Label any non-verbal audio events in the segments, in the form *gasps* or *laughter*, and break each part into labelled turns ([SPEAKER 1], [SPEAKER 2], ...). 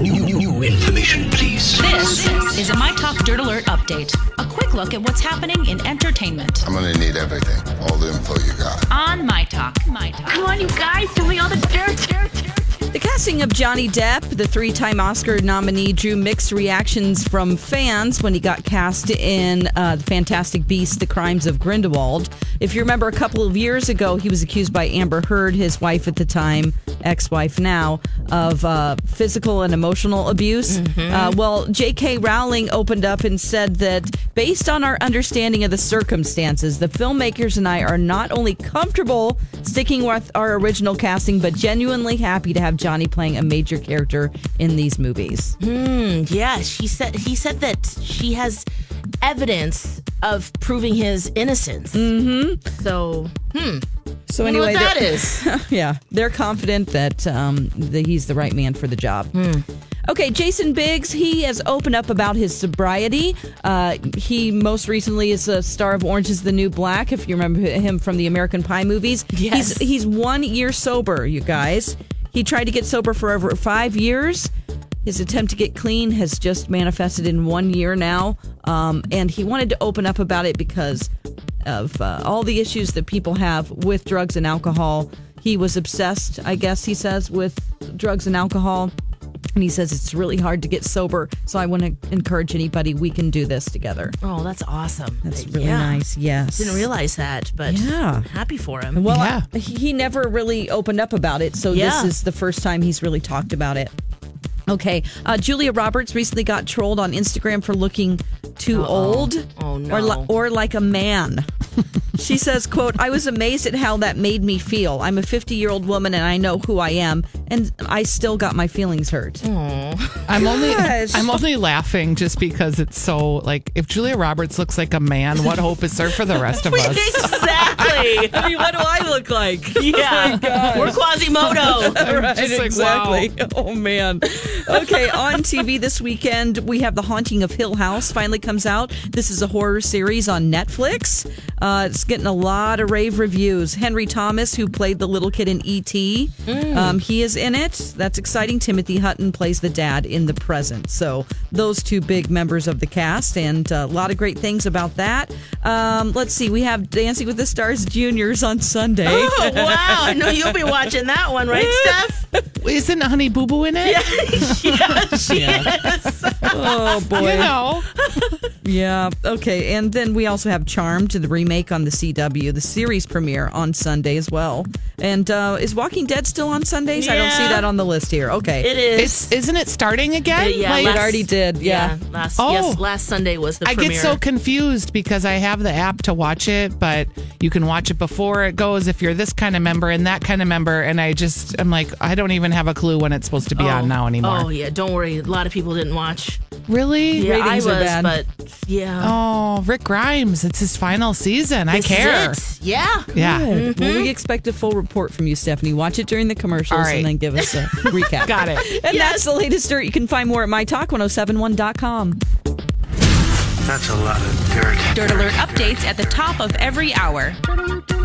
[SPEAKER 1] New, new, new information, please.
[SPEAKER 2] This is a My Talk Dirt Alert update. A quick look at what's happening in entertainment
[SPEAKER 3] I'm gonna need everything, all the info you got.
[SPEAKER 2] on My Talk. My Talk.
[SPEAKER 4] Come on, you guys, give me all the dirt, dirt, dirt.
[SPEAKER 5] The casting of Johnny Depp, the three time Oscar nominee, drew mixed reactions from fans when he got cast in uh, The Fantastic Beasts, The Crimes of Grindelwald. If you remember, a couple of years ago, he was accused by Amber Heard, his wife at the time, ex wife now, of uh, physical and emotional abuse. Uh, well, J.K. Rowling opened up and said that based on our understanding of the circumstances, the filmmakers and I are not only comfortable sticking with our original casting, but genuinely happy to have Johnny playing a major character in these movies.
[SPEAKER 6] Yeah, she said he said that she has evidence of proving his innocence. Mm-hmm. So
[SPEAKER 5] So
[SPEAKER 6] I wonder
[SPEAKER 5] anyway,
[SPEAKER 6] what that
[SPEAKER 5] they're-
[SPEAKER 6] is.
[SPEAKER 5] *laughs* yeah, they're confident that, um, that he's the right man for the job. Okay, Jason Biggs, he has opened up about his sobriety. Uh, he most recently is a star of Orange is the New Black, if you remember him from the American Pie movies.
[SPEAKER 6] Yes.
[SPEAKER 5] He's, he's one year sober, you guys. He tried to get sober for over five years. His attempt to get clean has just manifested in one year now. Um, and he wanted to open up about it because of uh, all the issues that people have with drugs and alcohol. He was obsessed, I guess he says, with drugs and alcohol. And he says it's really hard to get sober. So I want to encourage anybody, we can do this together.
[SPEAKER 6] *laughs* Oh, that's awesome.
[SPEAKER 5] That's really
[SPEAKER 6] Yeah.
[SPEAKER 5] nice. Yes.
[SPEAKER 6] Didn't realize that, but
[SPEAKER 5] Yeah.
[SPEAKER 6] I'm happy for him. *laughs*
[SPEAKER 5] Well,
[SPEAKER 7] Yeah.
[SPEAKER 5] I- he never really opened up about it, so
[SPEAKER 6] Yeah.
[SPEAKER 5] this is the first time he's really talked about it. Okay, uh, Julia Roberts recently got trolled on Instagram for looking too old,
[SPEAKER 6] Oh, no.
[SPEAKER 5] or li- or like
[SPEAKER 6] *laughs*
[SPEAKER 5] a man. she says, "quote I was amazed at how that made me feel. I'm a 50 year old woman, and I know who I am, and I still got my feelings hurt."
[SPEAKER 8] I'm only
[SPEAKER 5] Gosh.
[SPEAKER 8] I'm only laughing just because it's so like if Julia Roberts looks like a man, what hope is there for the
[SPEAKER 6] *laughs*
[SPEAKER 8] rest of us?
[SPEAKER 6] exactly.
[SPEAKER 5] I mean, what do I look like?
[SPEAKER 6] yeah. We're
[SPEAKER 5] *laughs*
[SPEAKER 6] Quasimodo. *laughs*
[SPEAKER 5] right,
[SPEAKER 8] just like,
[SPEAKER 5] exactly. *laughs* Oh man. Okay, on TV this weekend we have The Haunting of Hill House finally comes out. This is a horror series on Netflix. Uh, it's getting a lot of rave reviews. Henry Thomas, who played the little kid in ET,
[SPEAKER 8] Mm.
[SPEAKER 5] um, he is in it. That's exciting. Timothy Hutton plays the dad in the present. So those two big members of the cast, and uh, a lot of great things about that. Um, let's see, we have Dancing with the Stars juniors on Sunday.
[SPEAKER 8] *laughs*
[SPEAKER 6] Oh, wow. I know you'll be watching that one, right, Steph? *laughs*
[SPEAKER 8] Isn't Honey Boo Boo in it?
[SPEAKER 5] Oh boy.
[SPEAKER 6] *laughs*
[SPEAKER 8] You know,
[SPEAKER 5] Yeah. Okay. And then we also have Charmed, the remake on the CW, the series premiere on Sunday as well. And uh, is Walking Dead still on Sundays? I don't see
[SPEAKER 6] Yeah.
[SPEAKER 5] that on the list here. Okay.
[SPEAKER 6] It is. Uh,
[SPEAKER 8] it's isn't it starting again?
[SPEAKER 6] yeah,
[SPEAKER 8] Like,
[SPEAKER 6] last-
[SPEAKER 5] already did, yeah.
[SPEAKER 6] last
[SPEAKER 8] Oh.
[SPEAKER 6] yes, last Sunday was the
[SPEAKER 8] I
[SPEAKER 6] premiere.
[SPEAKER 8] get so confused because I have the app to watch it, but you can watch it before it goes if you're this kind of member and that kind of member, and I just I'm like I don't even have a clue when it's supposed to be on now anymore.
[SPEAKER 6] Oh yeah, don't worry. A lot of people didn't watch.
[SPEAKER 8] Really?
[SPEAKER 6] Yeah,
[SPEAKER 5] Ratings
[SPEAKER 6] I
[SPEAKER 5] are
[SPEAKER 6] was,
[SPEAKER 5] bad.
[SPEAKER 6] but yeah.
[SPEAKER 8] Oh, Rick Grimes, it's his final season. I
[SPEAKER 6] This is
[SPEAKER 8] care.
[SPEAKER 6] it. Yeah.
[SPEAKER 8] Yeah.
[SPEAKER 5] Good. Well, we expect a full report from you, Stephanie. Watch it during the commercials
[SPEAKER 8] All right.
[SPEAKER 5] and then give us a recap.
[SPEAKER 8] Got
[SPEAKER 6] *laughs*
[SPEAKER 8] it.
[SPEAKER 5] And that's the latest dirt. You can find more at mytalk1071.com.
[SPEAKER 1] That's a lot of dirt.
[SPEAKER 2] Dirt Alert updates at the top of every hour.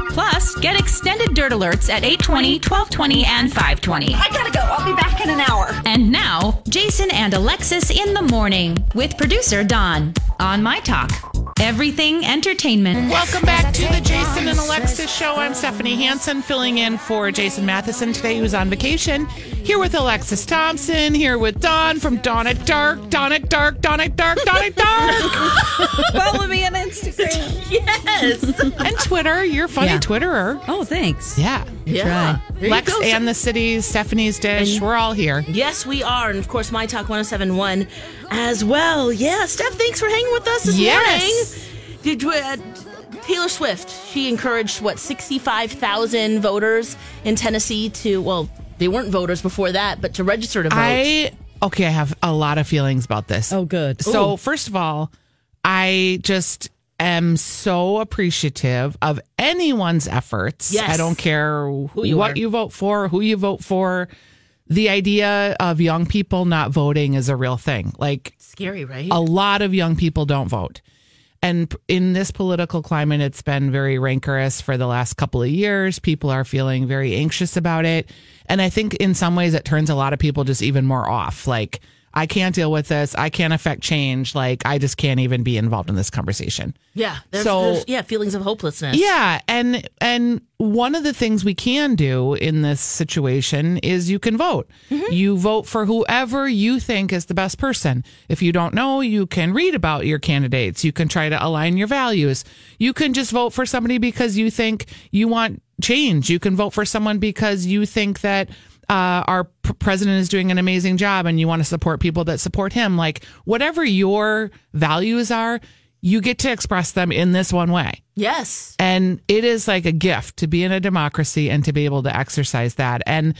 [SPEAKER 2] Plus, get extended Dirt Alerts at 820, 1220, and 520.
[SPEAKER 4] I gotta go. I'll be back in an hour.
[SPEAKER 2] And now, Jason and Alexis in the morning with producer Don on My Talk. Everything entertainment.
[SPEAKER 8] Welcome back to the Jason and Alexis show. I'm Stephanie Hansen filling in for Jason Matheson today, who's on vacation. Here with Alexis Thompson, here with Dawn from Dawn at Dark, Dawn at Dark, Dawn at Dark, Dawn at Dark,
[SPEAKER 5] *laughs* Follow me on Instagram.
[SPEAKER 6] Yes.
[SPEAKER 8] and Twitter. You're a funny
[SPEAKER 5] Yeah.
[SPEAKER 8] Twitterer.
[SPEAKER 5] Oh, thanks.
[SPEAKER 8] Yeah.
[SPEAKER 6] yeah. There you
[SPEAKER 8] Lex
[SPEAKER 6] go.
[SPEAKER 8] and the City, Stephanie's Dish, we're all here.
[SPEAKER 6] Yes, we are. And of course, My Talk 1071 as well. Yeah, Steph, thanks for hanging with us this
[SPEAKER 8] Yes.
[SPEAKER 6] morning. Did you, uh, Taylor Swift, she encouraged, what, 65,000 voters in Tennessee to, well, they weren't voters before that, but to register to vote.
[SPEAKER 8] I okay, I have a lot of feelings about this.
[SPEAKER 5] Oh, good.
[SPEAKER 8] So, first of all, I just am so appreciative of anyone's efforts.
[SPEAKER 6] Yes.
[SPEAKER 8] I don't care who
[SPEAKER 6] you
[SPEAKER 8] what
[SPEAKER 6] are.
[SPEAKER 8] you vote for, who you vote for. The idea of young people not voting is a real thing. Like
[SPEAKER 6] Scary, right?
[SPEAKER 8] a lot of young people don't vote. And p- in this political climate, it's been very rancorous for the last couple of years. People are feeling very anxious about it. And I think in some ways it turns a lot of people just even more off. Like, I can't deal with this. I can't affect change. Like, I just can't even be involved in this conversation.
[SPEAKER 6] yeah. There's,
[SPEAKER 8] So-
[SPEAKER 6] there's- yeah, feelings of hopelessness.
[SPEAKER 8] Yeah, and and one of the things we can do in this situation is you can vote. You vote for whoever you think is the best person. If you don't know, you can read about your candidates. You can try to align your values. You can just vote for somebody because you think you want change. You can vote for someone because you think that uh, our p- president is doing an amazing job and you want to support people that support him. Like whatever your values are, you get to express them in this one way.
[SPEAKER 6] Yes.
[SPEAKER 8] And it is like a gift to be in a democracy and to be able to exercise that. And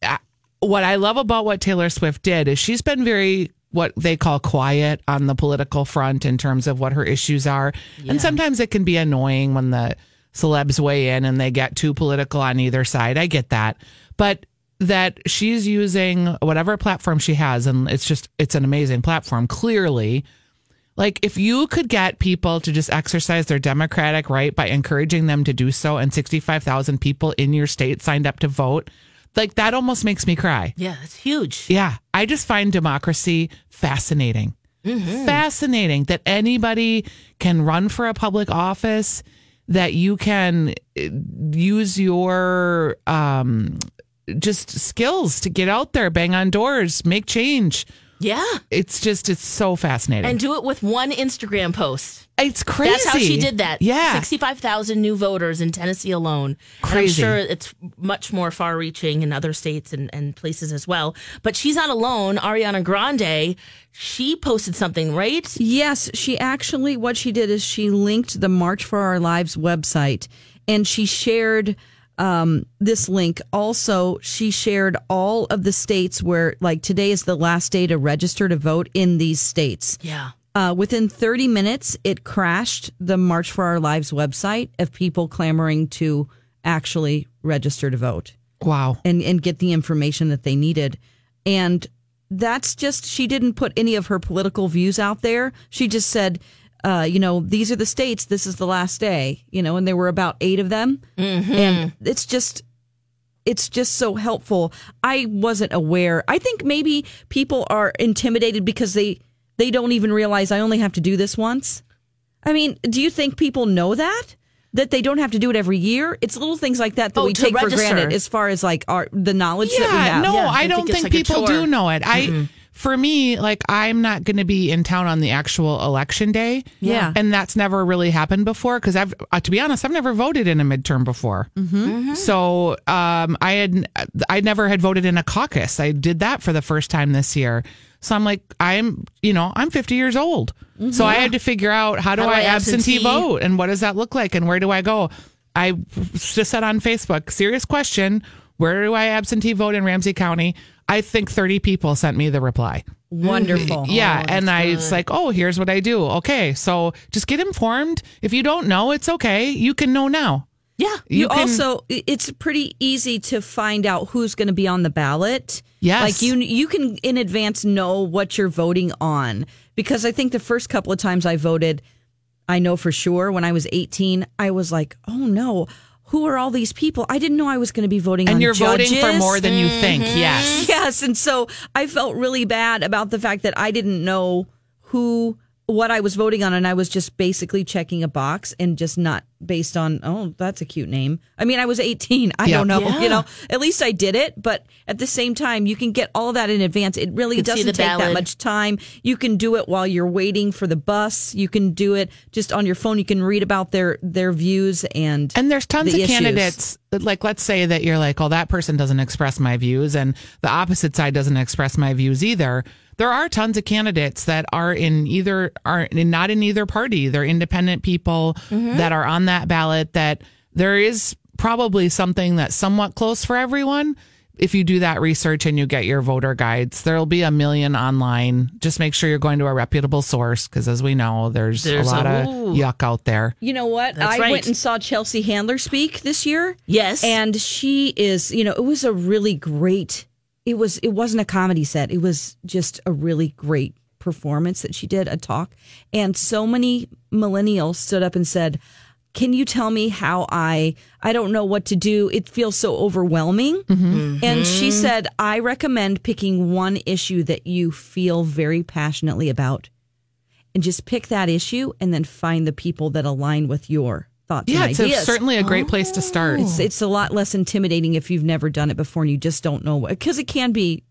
[SPEAKER 8] I- what I love about what Taylor Swift did is she's been very what they call quiet on the political front in terms of what her issues are. And sometimes it can be annoying when the celebs weigh in and they get too political on either side. I get that. But that she's using whatever platform she has and it's just it's an amazing platform clearly like, if you could get people to just exercise their democratic right by encouraging them to do so, and 65,000 people in your state signed up to vote, like that almost makes me cry.
[SPEAKER 6] Yeah, that's huge.
[SPEAKER 8] Yeah. I just find democracy fascinating. Fascinating that anybody can run for a public office, that you can eh, use your um, just skills to get out there, bang on doors, make change.
[SPEAKER 6] Yeah.
[SPEAKER 8] It's just, it's so fascinating.
[SPEAKER 6] And do it with one Instagram post.
[SPEAKER 8] It's crazy.
[SPEAKER 6] That's how she did that.
[SPEAKER 8] Yeah.
[SPEAKER 6] 65,000 new voters in Tennessee alone.
[SPEAKER 8] Crazy.
[SPEAKER 6] And I'm sure it's much more far reaching in other states and, and places as well. But she's not alone. Ariana Grande, she posted something, right?
[SPEAKER 5] Yes, she actually, what she did is she linked the March for Our Lives website and she shared um, this link. Also, she shared all of the states where, like, today is the last day to register to vote in these states.
[SPEAKER 6] Yeah.
[SPEAKER 5] Uh, within 30 minutes, it crashed the March for Our Lives website of people clamoring to actually register to vote
[SPEAKER 8] Wow.
[SPEAKER 5] and and get the information that they needed and that's just she didn't put any of her political views out there she just said uh, you know these are the states this is the last day you know and there were about eight of them
[SPEAKER 6] Mm-hmm.
[SPEAKER 5] and it's just it's just so helpful i wasn't aware i think maybe people are intimidated because they they don't even realize i only have to do this once i mean do you think people know that that they don't have to do it every year it's little things like that that
[SPEAKER 6] Oh,
[SPEAKER 5] we
[SPEAKER 6] to
[SPEAKER 5] take for
[SPEAKER 6] register.
[SPEAKER 5] granted as far as like our the knowledge that we have.
[SPEAKER 8] No,
[SPEAKER 6] Yeah,
[SPEAKER 8] I
[SPEAKER 6] I
[SPEAKER 8] don't
[SPEAKER 6] think it's like
[SPEAKER 8] think,
[SPEAKER 6] a Mm-hmm.
[SPEAKER 8] people do
[SPEAKER 6] chore.
[SPEAKER 8] know it. I for me, like I'm not going to be in town on the actual election day.
[SPEAKER 5] Yeah.
[SPEAKER 8] and that's never really happened before because I've, uh, to be honest, I've never voted in a midterm before.
[SPEAKER 6] Mm-hmm.
[SPEAKER 8] So um, I had I never had voted in a caucus. I did that for the first time this year. So I'm like I'm you know I'm 50 years old.
[SPEAKER 6] Mm-hmm.
[SPEAKER 8] So I had to figure out how do, I, absentee, vote and what does that look like and where do I go? I just said on Facebook, serious question, where do I absentee vote in Ramsey County? I think 30 people sent me the reply.
[SPEAKER 5] Wonderful.
[SPEAKER 8] Yeah, and I it's like, oh, here's what I do. Okay, so just get informed. If you don't know, it's okay. You can know now.
[SPEAKER 6] Yeah.
[SPEAKER 5] You,
[SPEAKER 8] can-
[SPEAKER 5] also i- it's pretty easy to find out who's going to be on the ballot.
[SPEAKER 8] Yes.
[SPEAKER 5] Like you you can in advance know what you're voting on because I think the first couple of times I voted I know for sure when I was 18 I was like, "Oh no, who are all these people? I didn't know I was going to be voting
[SPEAKER 8] and
[SPEAKER 5] on
[SPEAKER 8] you're voting for
[SPEAKER 5] judges." Mm-hmm.
[SPEAKER 8] more than you think.
[SPEAKER 5] *laughs*
[SPEAKER 8] Yes.
[SPEAKER 5] Yes, and so I felt really bad about the fact that I didn't know who what I was voting on and I was just basically checking a box and just not based on oh that's a cute name. I mean, I was 18. I
[SPEAKER 8] Yeah.
[SPEAKER 5] don't know.
[SPEAKER 6] Yeah.
[SPEAKER 5] You know, at least I did it. But at the same time, you can get all that in advance. It really
[SPEAKER 6] You can see
[SPEAKER 5] doesn't
[SPEAKER 6] the
[SPEAKER 5] take that
[SPEAKER 6] ballad.
[SPEAKER 5] much time. You can do it while you're waiting for the bus. You can do it just on your phone. You can read about their their views and
[SPEAKER 8] And there's tons
[SPEAKER 5] the
[SPEAKER 8] of
[SPEAKER 5] issues.
[SPEAKER 8] candidates. Like, let's say that you're like, well, that person doesn't express my views, and the opposite side doesn't express my views either. There are tons of candidates that are in either are in, not in either party. They're independent people that are on that ballot. That there is probably something that's somewhat close for everyone. If you do that research and you get your voter guides, there'll be a million online. Just make sure you're going to a reputable source because, as we know, there's,
[SPEAKER 6] There's
[SPEAKER 8] a
[SPEAKER 6] a-
[SPEAKER 8] lot of
[SPEAKER 6] ooh.
[SPEAKER 8] yuck out there.
[SPEAKER 5] You know what?
[SPEAKER 6] That's
[SPEAKER 5] I
[SPEAKER 6] right.
[SPEAKER 5] went and saw Chelsea Handler speak this year.
[SPEAKER 6] Yes.
[SPEAKER 5] And she is, you know, it was a really great it was it wasn't a comedy set. It was just a really great performance that she did, a talk. And so many millennials stood up and said, "Can you tell me how I I don't know what to do. It feels so overwhelming."
[SPEAKER 6] Mm-hmm.
[SPEAKER 5] Mm-hmm. And she said, "I recommend picking one issue that you feel very passionately about." and just pick that issue and then find the people that align with your thoughts
[SPEAKER 8] Yeah,
[SPEAKER 5] and
[SPEAKER 8] it's a-
[SPEAKER 5] ideas.
[SPEAKER 8] certainly a great place to start.
[SPEAKER 5] it's, it's a lot less intimidating if you've never done it before and you just don't know what, because it can be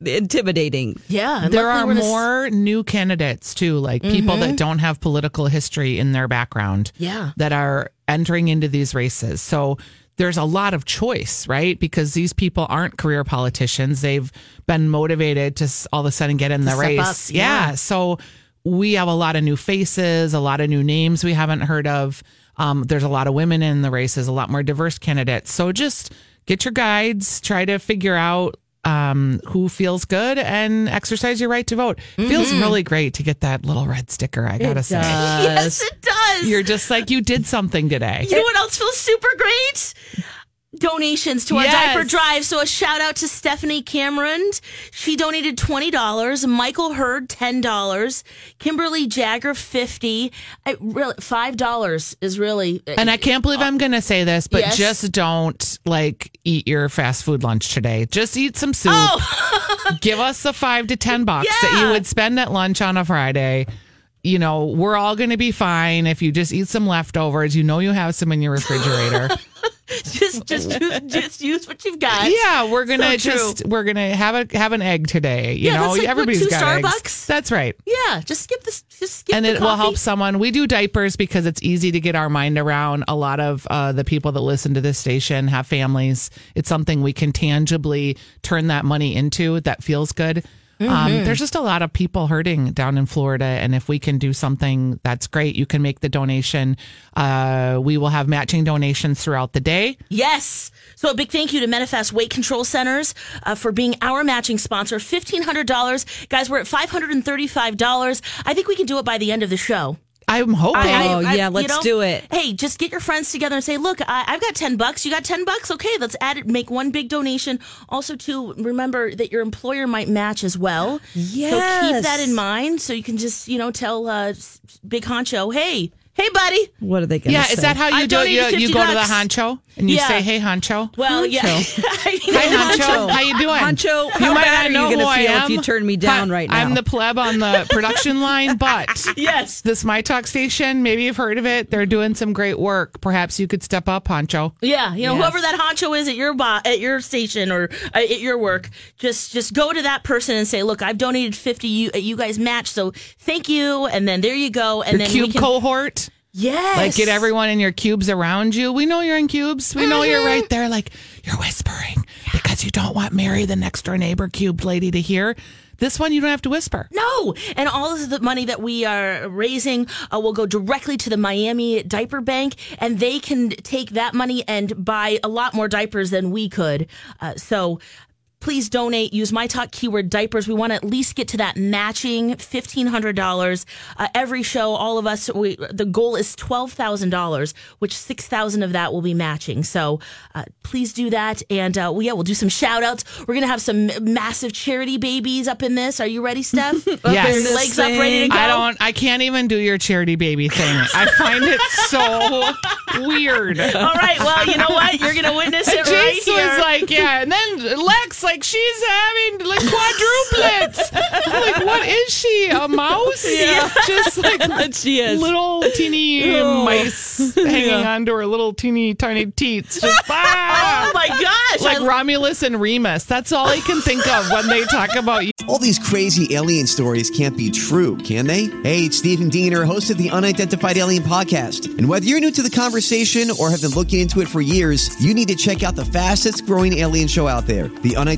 [SPEAKER 5] intimidating.
[SPEAKER 6] Yeah, and
[SPEAKER 8] there
[SPEAKER 6] luckily
[SPEAKER 8] are
[SPEAKER 6] we're in a s-
[SPEAKER 8] more new candidates too, like people that don't have political history in their background.
[SPEAKER 6] Yeah.
[SPEAKER 8] That are entering into these races. So there's a lot of choice, right? Because these people aren't career politicians. They've been motivated to s- all of a sudden get in the
[SPEAKER 6] step up,
[SPEAKER 8] race. yeah. So we have a lot of new faces, a lot of new names we haven't heard of. Um, there's a lot of women in the races, a lot more diverse candidates. So just get your guides, try to figure out um, who feels good and exercise your right to vote. Feels really great to get that little red sticker, I gotta say.
[SPEAKER 6] yes, it does.
[SPEAKER 8] You're just like, you did something today.
[SPEAKER 6] You know what else feels super great? Donations to our
[SPEAKER 8] Yes.
[SPEAKER 6] diaper drive. So a shout out to Stephanie Cameron. She donated twenty dollars. Michael Hurd ten dollars. Kimberly Jagger fifty. I really five dollars is really uh,
[SPEAKER 8] And I can't believe I'm going to say this, but
[SPEAKER 6] Yes.
[SPEAKER 8] just don't like eat your fast food lunch today. Just eat some soup. *laughs* Give us the five to 10 bucks that you
[SPEAKER 6] Oh. Yeah.
[SPEAKER 8] would spend at lunch on a Friday. You know, we're all going to be fine if you just eat some leftovers. You know, you have some in
[SPEAKER 6] *laughs*
[SPEAKER 8] your refrigerator.
[SPEAKER 6] *laughs* just just use, just use what you've got.
[SPEAKER 8] yeah, we're going to
[SPEAKER 6] So true.
[SPEAKER 8] just, we're going to have a, have an egg today.
[SPEAKER 6] Yeah,
[SPEAKER 8] You know,
[SPEAKER 6] that's like, what,
[SPEAKER 8] everybody's
[SPEAKER 6] two
[SPEAKER 8] got eggs.
[SPEAKER 6] Starbucks?
[SPEAKER 8] That's right.
[SPEAKER 6] Yeah, just skip this. Just skip
[SPEAKER 8] and
[SPEAKER 6] the
[SPEAKER 8] it will
[SPEAKER 6] coffee.
[SPEAKER 8] help someone. We do diapers because it's easy to get our mind around. A lot of uh, the people that listen to this station have families. It's something we can tangibly turn that money into that feels good.
[SPEAKER 6] Mm-hmm.
[SPEAKER 8] Um, there's just a lot of people hurting down in Florida, and if we can do something, that's great. You can make the donation. Uh, we will have matching donations throughout the day.
[SPEAKER 6] Yes. So a big thank you to Medifast Weight Control Centers uh, for being our matching sponsor. $1,500. Guys, we're at $535. I think we can do it by the end of the show.
[SPEAKER 8] I'm hoping.
[SPEAKER 5] I- Oh, yeah,
[SPEAKER 6] you
[SPEAKER 5] let's do it.
[SPEAKER 6] Hey, just get your friends together and say, look, I, I've got 10 bucks. You got 10 bucks? Okay, let's add it. Make one big donation. Also, too, remember that your employer might match as well. So keep
[SPEAKER 5] Yes.
[SPEAKER 6] that in mind so you can just, you know, tell uh, s- Big Honcho, hey, hey, buddy.
[SPEAKER 5] What are they going to
[SPEAKER 8] yeah,
[SPEAKER 5] say?
[SPEAKER 8] is that how you
[SPEAKER 6] I
[SPEAKER 8] do it? You,
[SPEAKER 6] donated
[SPEAKER 8] you
[SPEAKER 6] 50
[SPEAKER 8] go to the
[SPEAKER 6] bucks.
[SPEAKER 8] honcho and you
[SPEAKER 6] Yeah.
[SPEAKER 8] say, "Hey, honcho."
[SPEAKER 6] Well, yeah. *laughs*
[SPEAKER 5] Honcho.
[SPEAKER 8] Hi, Honcho. How you doing?
[SPEAKER 5] Honcho, how bad are you gonna feel if you turn me down
[SPEAKER 8] Hi,
[SPEAKER 5] right
[SPEAKER 8] I'm
[SPEAKER 5] now?
[SPEAKER 8] the pleb
[SPEAKER 5] *laughs*
[SPEAKER 8] on the production line, but
[SPEAKER 6] yes.
[SPEAKER 8] this My Talk station, maybe you've heard of it. They're doing some great work. Perhaps you could step up, Honcho.
[SPEAKER 6] Yeah, you know whoever that honcho is at your bo- at your station or uh, at your work, just just go to that person and say, "Look, I've donated fifty. You uh, you guys match, so thank you." And then there you go. And
[SPEAKER 8] Your
[SPEAKER 6] then
[SPEAKER 8] cube
[SPEAKER 6] we can,
[SPEAKER 8] cohort.
[SPEAKER 6] yes,
[SPEAKER 8] Like get everyone in your cubes around you. We know you're in cubes. We know you're
[SPEAKER 5] Mm-hmm.
[SPEAKER 8] right there. Like you're whispering because you don't want Mary, the next door neighbor cube lady, to hear. This one you don't have to whisper.
[SPEAKER 6] No, and all of the money that we are raising uh, will go directly to the Miami Diaper Bank, and they can take that money and buy a lot more diapers than we could. Uh, so. Please donate. Use my talk keyword diapers. We want to at least get to that matching fifteen hundred dollars uh, every show. All of us. We, the goal is twelve thousand dollars, which six thousand of that will be matching. So uh, please do that, and uh, we yeah, we'll do some shout outs. We're gonna have some massive charity babies up in this. Are you ready, Steph?
[SPEAKER 8] Yes.
[SPEAKER 6] Your legs up, ready to go.
[SPEAKER 8] I don't. I can't even do your charity baby thing. I find it so weird.
[SPEAKER 6] *laughs* All right. Well, you know what? You're gonna
[SPEAKER 8] *laughs*
[SPEAKER 6] witness it right
[SPEAKER 8] Jace
[SPEAKER 6] here.
[SPEAKER 8] was like, yeah, and then Lex, like, she's having like quadruplets. I'm like, what is she? A mouse? yeah. Just like *laughs*
[SPEAKER 5] She is.
[SPEAKER 8] little teeny
[SPEAKER 5] Oh.
[SPEAKER 8] mice hanging onto her little teeny tiny teats. Just, ah!
[SPEAKER 6] *laughs* Oh my gosh!
[SPEAKER 8] like
[SPEAKER 6] I-
[SPEAKER 8] Romulus and Remus. That's all I can think of when they talk about
[SPEAKER 9] All these crazy alien stories can't be true, can they? Hey, it's Stephen Diener, host of the Unidentified Alien Podcast. And whether you're new to the conversation or have been looking into it for years, you need to check out the fastest growing alien show out there, the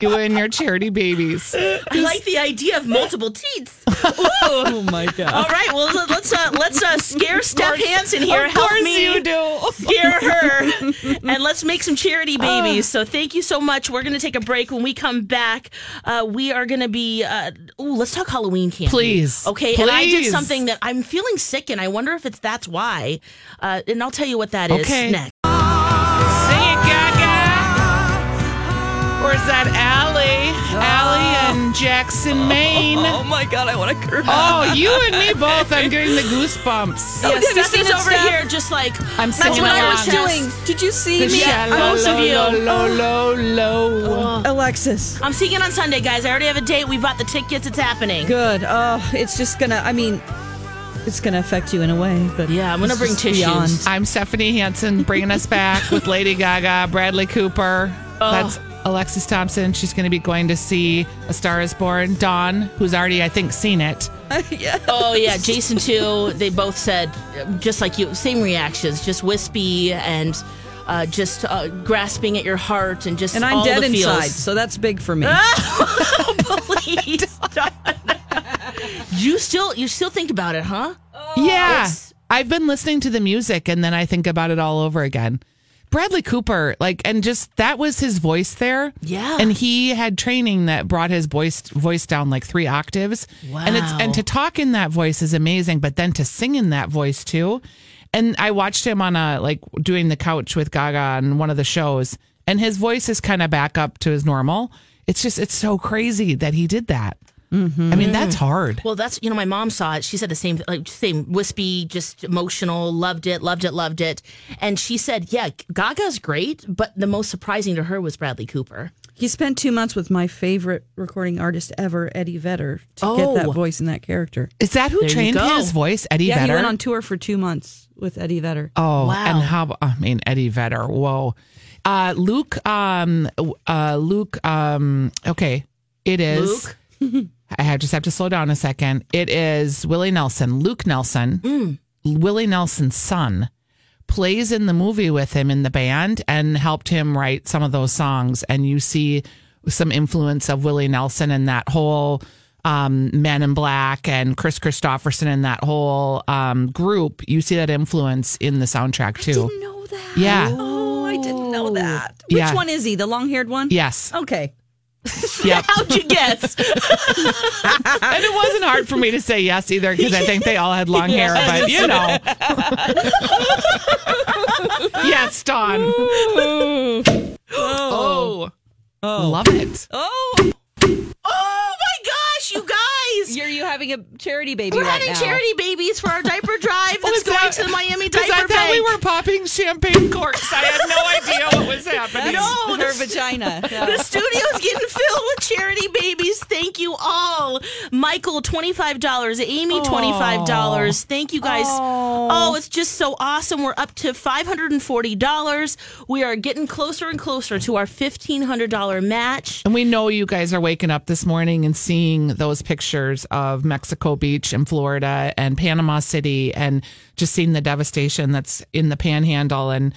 [SPEAKER 8] you and your charity babies.
[SPEAKER 6] I like the idea of multiple teats.
[SPEAKER 5] Oh my
[SPEAKER 6] All
[SPEAKER 5] god.
[SPEAKER 6] right, well let- let's uh, let's uh, scare Steph Hansen here.
[SPEAKER 8] of
[SPEAKER 6] Help
[SPEAKER 8] course
[SPEAKER 6] me
[SPEAKER 8] you do.
[SPEAKER 6] scare her, *laughs* and let's make some charity babies. So thank you so much. We're gonna take a break. When we come back, uh, we are gonna be. Uh, ooh, let's talk Halloween candy,
[SPEAKER 8] Please.
[SPEAKER 6] Okay, and I did
[SPEAKER 8] Please.
[SPEAKER 6] something that I'm feeling sick, and I wonder if it's that's why. Uh, and I'll tell you what that is
[SPEAKER 8] Okay.
[SPEAKER 6] next.
[SPEAKER 8] Sing it, Gaga. Or is that Allie? Allie and Jackson, Maine.
[SPEAKER 5] Oh my god, I want to curve.
[SPEAKER 8] Oh, you and me both. I'm getting the goosebumps.
[SPEAKER 6] Yeah,
[SPEAKER 5] have you
[SPEAKER 6] Steph
[SPEAKER 5] seen
[SPEAKER 6] is
[SPEAKER 5] it,
[SPEAKER 6] over
[SPEAKER 5] Steph?
[SPEAKER 6] here just like
[SPEAKER 8] I'm
[SPEAKER 5] That's
[SPEAKER 8] singing
[SPEAKER 5] what I was
[SPEAKER 8] along.
[SPEAKER 5] doing. Did you see me?
[SPEAKER 6] Yeah, both of you.
[SPEAKER 8] Low,
[SPEAKER 5] Oh.
[SPEAKER 8] low, low.
[SPEAKER 5] Alexis.
[SPEAKER 6] I'm seeing it on Sunday, guys. I already have a date. We bought the tickets. It's happening.
[SPEAKER 5] Good. Oh, it's just gonna. I mean, it's gonna affect you in a way. But
[SPEAKER 6] Yeah, I'm gonna
[SPEAKER 5] it's
[SPEAKER 6] bring
[SPEAKER 5] just
[SPEAKER 6] tissues.
[SPEAKER 5] beyond.
[SPEAKER 8] I'm Stephanie Hansen, bringing us back with Lady Gaga, Bradley Cooper.
[SPEAKER 5] Oh.
[SPEAKER 8] That's Alexis Thompson. She's going to be going to see A Star Is Born. Dawn, who's already, I think, seen it.
[SPEAKER 6] *laughs* Oh yeah, Jason too. They both said uh, just like you, same reactions, just wispy and uh, just uh, grasping at your heart and just
[SPEAKER 5] And I'm
[SPEAKER 6] all
[SPEAKER 5] dead
[SPEAKER 6] the feels. Ah! Oh, *laughs*
[SPEAKER 5] inside, so that's big for me.
[SPEAKER 6] Please, stop. you still you still think about it, huh?
[SPEAKER 8] Yeah.
[SPEAKER 6] It's-
[SPEAKER 8] I've been listening to the music and then I think about it all over again. Bradley Cooper, like, and just that was his voice there.
[SPEAKER 6] Yeah.
[SPEAKER 8] And he had training that brought his voice voice down like three octaves. And it's
[SPEAKER 6] Wow.
[SPEAKER 8] and to talk in that voice is amazing, but then to sing in that voice too. And I watched him on a like doing the couch with Gaga on one of the shows, and his voice is kind of back up to his normal. It's just it's so crazy that he did that.
[SPEAKER 6] Mm-hmm.
[SPEAKER 8] I mean, that's hard.
[SPEAKER 6] Well, that's you know, my mom saw it. She said the same, like same wispy, just emotional. Loved it, loved it, loved it. And she said, yeah, Gaga's great, but the most surprising to her was Bradley Cooper.
[SPEAKER 5] He spent two months with my favorite recording artist ever, Eddie Vedder, to get
[SPEAKER 6] Oh.
[SPEAKER 5] that voice and that character.
[SPEAKER 8] Is that who
[SPEAKER 6] you
[SPEAKER 8] trained
[SPEAKER 6] go.
[SPEAKER 8] his voice, Eddie
[SPEAKER 5] yeah, he
[SPEAKER 8] Vedder?
[SPEAKER 5] went on tour for two months with Eddie Vedder.
[SPEAKER 8] Oh,
[SPEAKER 6] Wow.
[SPEAKER 8] and how? I mean, Eddie Vedder. Whoa, uh, Luke. Um, uh, Luke. Um, okay, it is.
[SPEAKER 6] Luke?
[SPEAKER 8] I have, just have to slow down a second. It is Willie Nelson. Luke Nelson,
[SPEAKER 5] Mm.
[SPEAKER 8] Willie Nelson's son, plays in the movie with him in the band and helped him write some of those songs. And you see some influence of Willie Nelson and that whole um, Men in Black and Chris Christopherson and that whole um, group. You see that influence in the soundtrack too.
[SPEAKER 5] didn't know that.
[SPEAKER 8] Yeah.
[SPEAKER 5] Oh, I didn't know that. Which
[SPEAKER 8] Yeah.
[SPEAKER 5] one is he? The long haired one?
[SPEAKER 8] Yes.
[SPEAKER 5] Okay.
[SPEAKER 8] Yep.
[SPEAKER 6] *laughs* How'd you guess?
[SPEAKER 8] *laughs* and it wasn't hard for me to say yes either because I think they all had long hair, but
[SPEAKER 6] *laughs*
[SPEAKER 8] you know. yes, Don. Oh. Love it.
[SPEAKER 5] Oh,
[SPEAKER 6] oh my gosh, you guys!
[SPEAKER 5] you're you having a charity baby
[SPEAKER 6] We're
[SPEAKER 5] right
[SPEAKER 6] having
[SPEAKER 5] now. *laughs*
[SPEAKER 6] charity babies for our diaper
[SPEAKER 8] *laughs*
[SPEAKER 6] drive
[SPEAKER 8] Oh,
[SPEAKER 6] that's
[SPEAKER 8] is that-
[SPEAKER 6] going to the Miami
[SPEAKER 8] Because
[SPEAKER 6] Diaper
[SPEAKER 8] I thought
[SPEAKER 6] Bank.
[SPEAKER 8] we were popping champagne corks. I had no
[SPEAKER 6] *laughs*
[SPEAKER 8] idea what was happening.
[SPEAKER 5] That's her *laughs* vagina. Yeah.
[SPEAKER 6] the studio's getting filled with charity babies. Thank you all. Michael, $25. Amy, $25. Thank you guys. Oh, it's just so awesome. We're up to $540. We are getting closer and closer to our $1,500 match.
[SPEAKER 8] And we know you guys are waking up this morning and seeing those pictures of Mexico Beach and Florida and Panama City and just seeing the devastation that's in the panhandle. And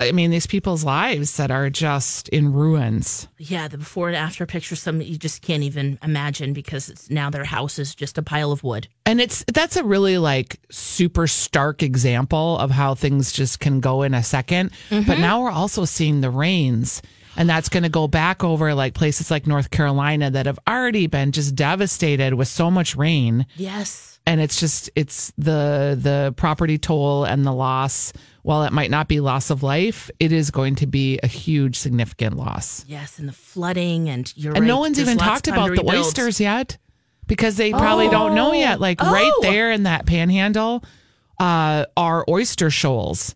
[SPEAKER 8] I mean, these people's lives that are just in ruins.
[SPEAKER 6] Yeah, the before and after pictures, some you just can't even imagine because it's, now their house is just a pile of wood.
[SPEAKER 8] And it's that's a really like super stark example of how things just can go in a 2nd But now we're also seeing the rains. And that's going to go back over like places like North Carolina that have already been just devastated with so much rain.
[SPEAKER 6] Yes.
[SPEAKER 8] And it's just it's the the property toll and the loss. While it might not be loss of life, it is going to be a huge significant loss.
[SPEAKER 6] Yes, and the flooding and you're
[SPEAKER 8] and
[SPEAKER 6] right,
[SPEAKER 8] no one's
[SPEAKER 6] there's
[SPEAKER 8] even
[SPEAKER 6] lots
[SPEAKER 8] talked
[SPEAKER 6] of time
[SPEAKER 8] about
[SPEAKER 6] to
[SPEAKER 8] the
[SPEAKER 6] rebuild.
[SPEAKER 8] oysters yet because they probably don't know yet. Like right
[SPEAKER 6] Oh.
[SPEAKER 8] there in that panhandle uh, are oyster shoals,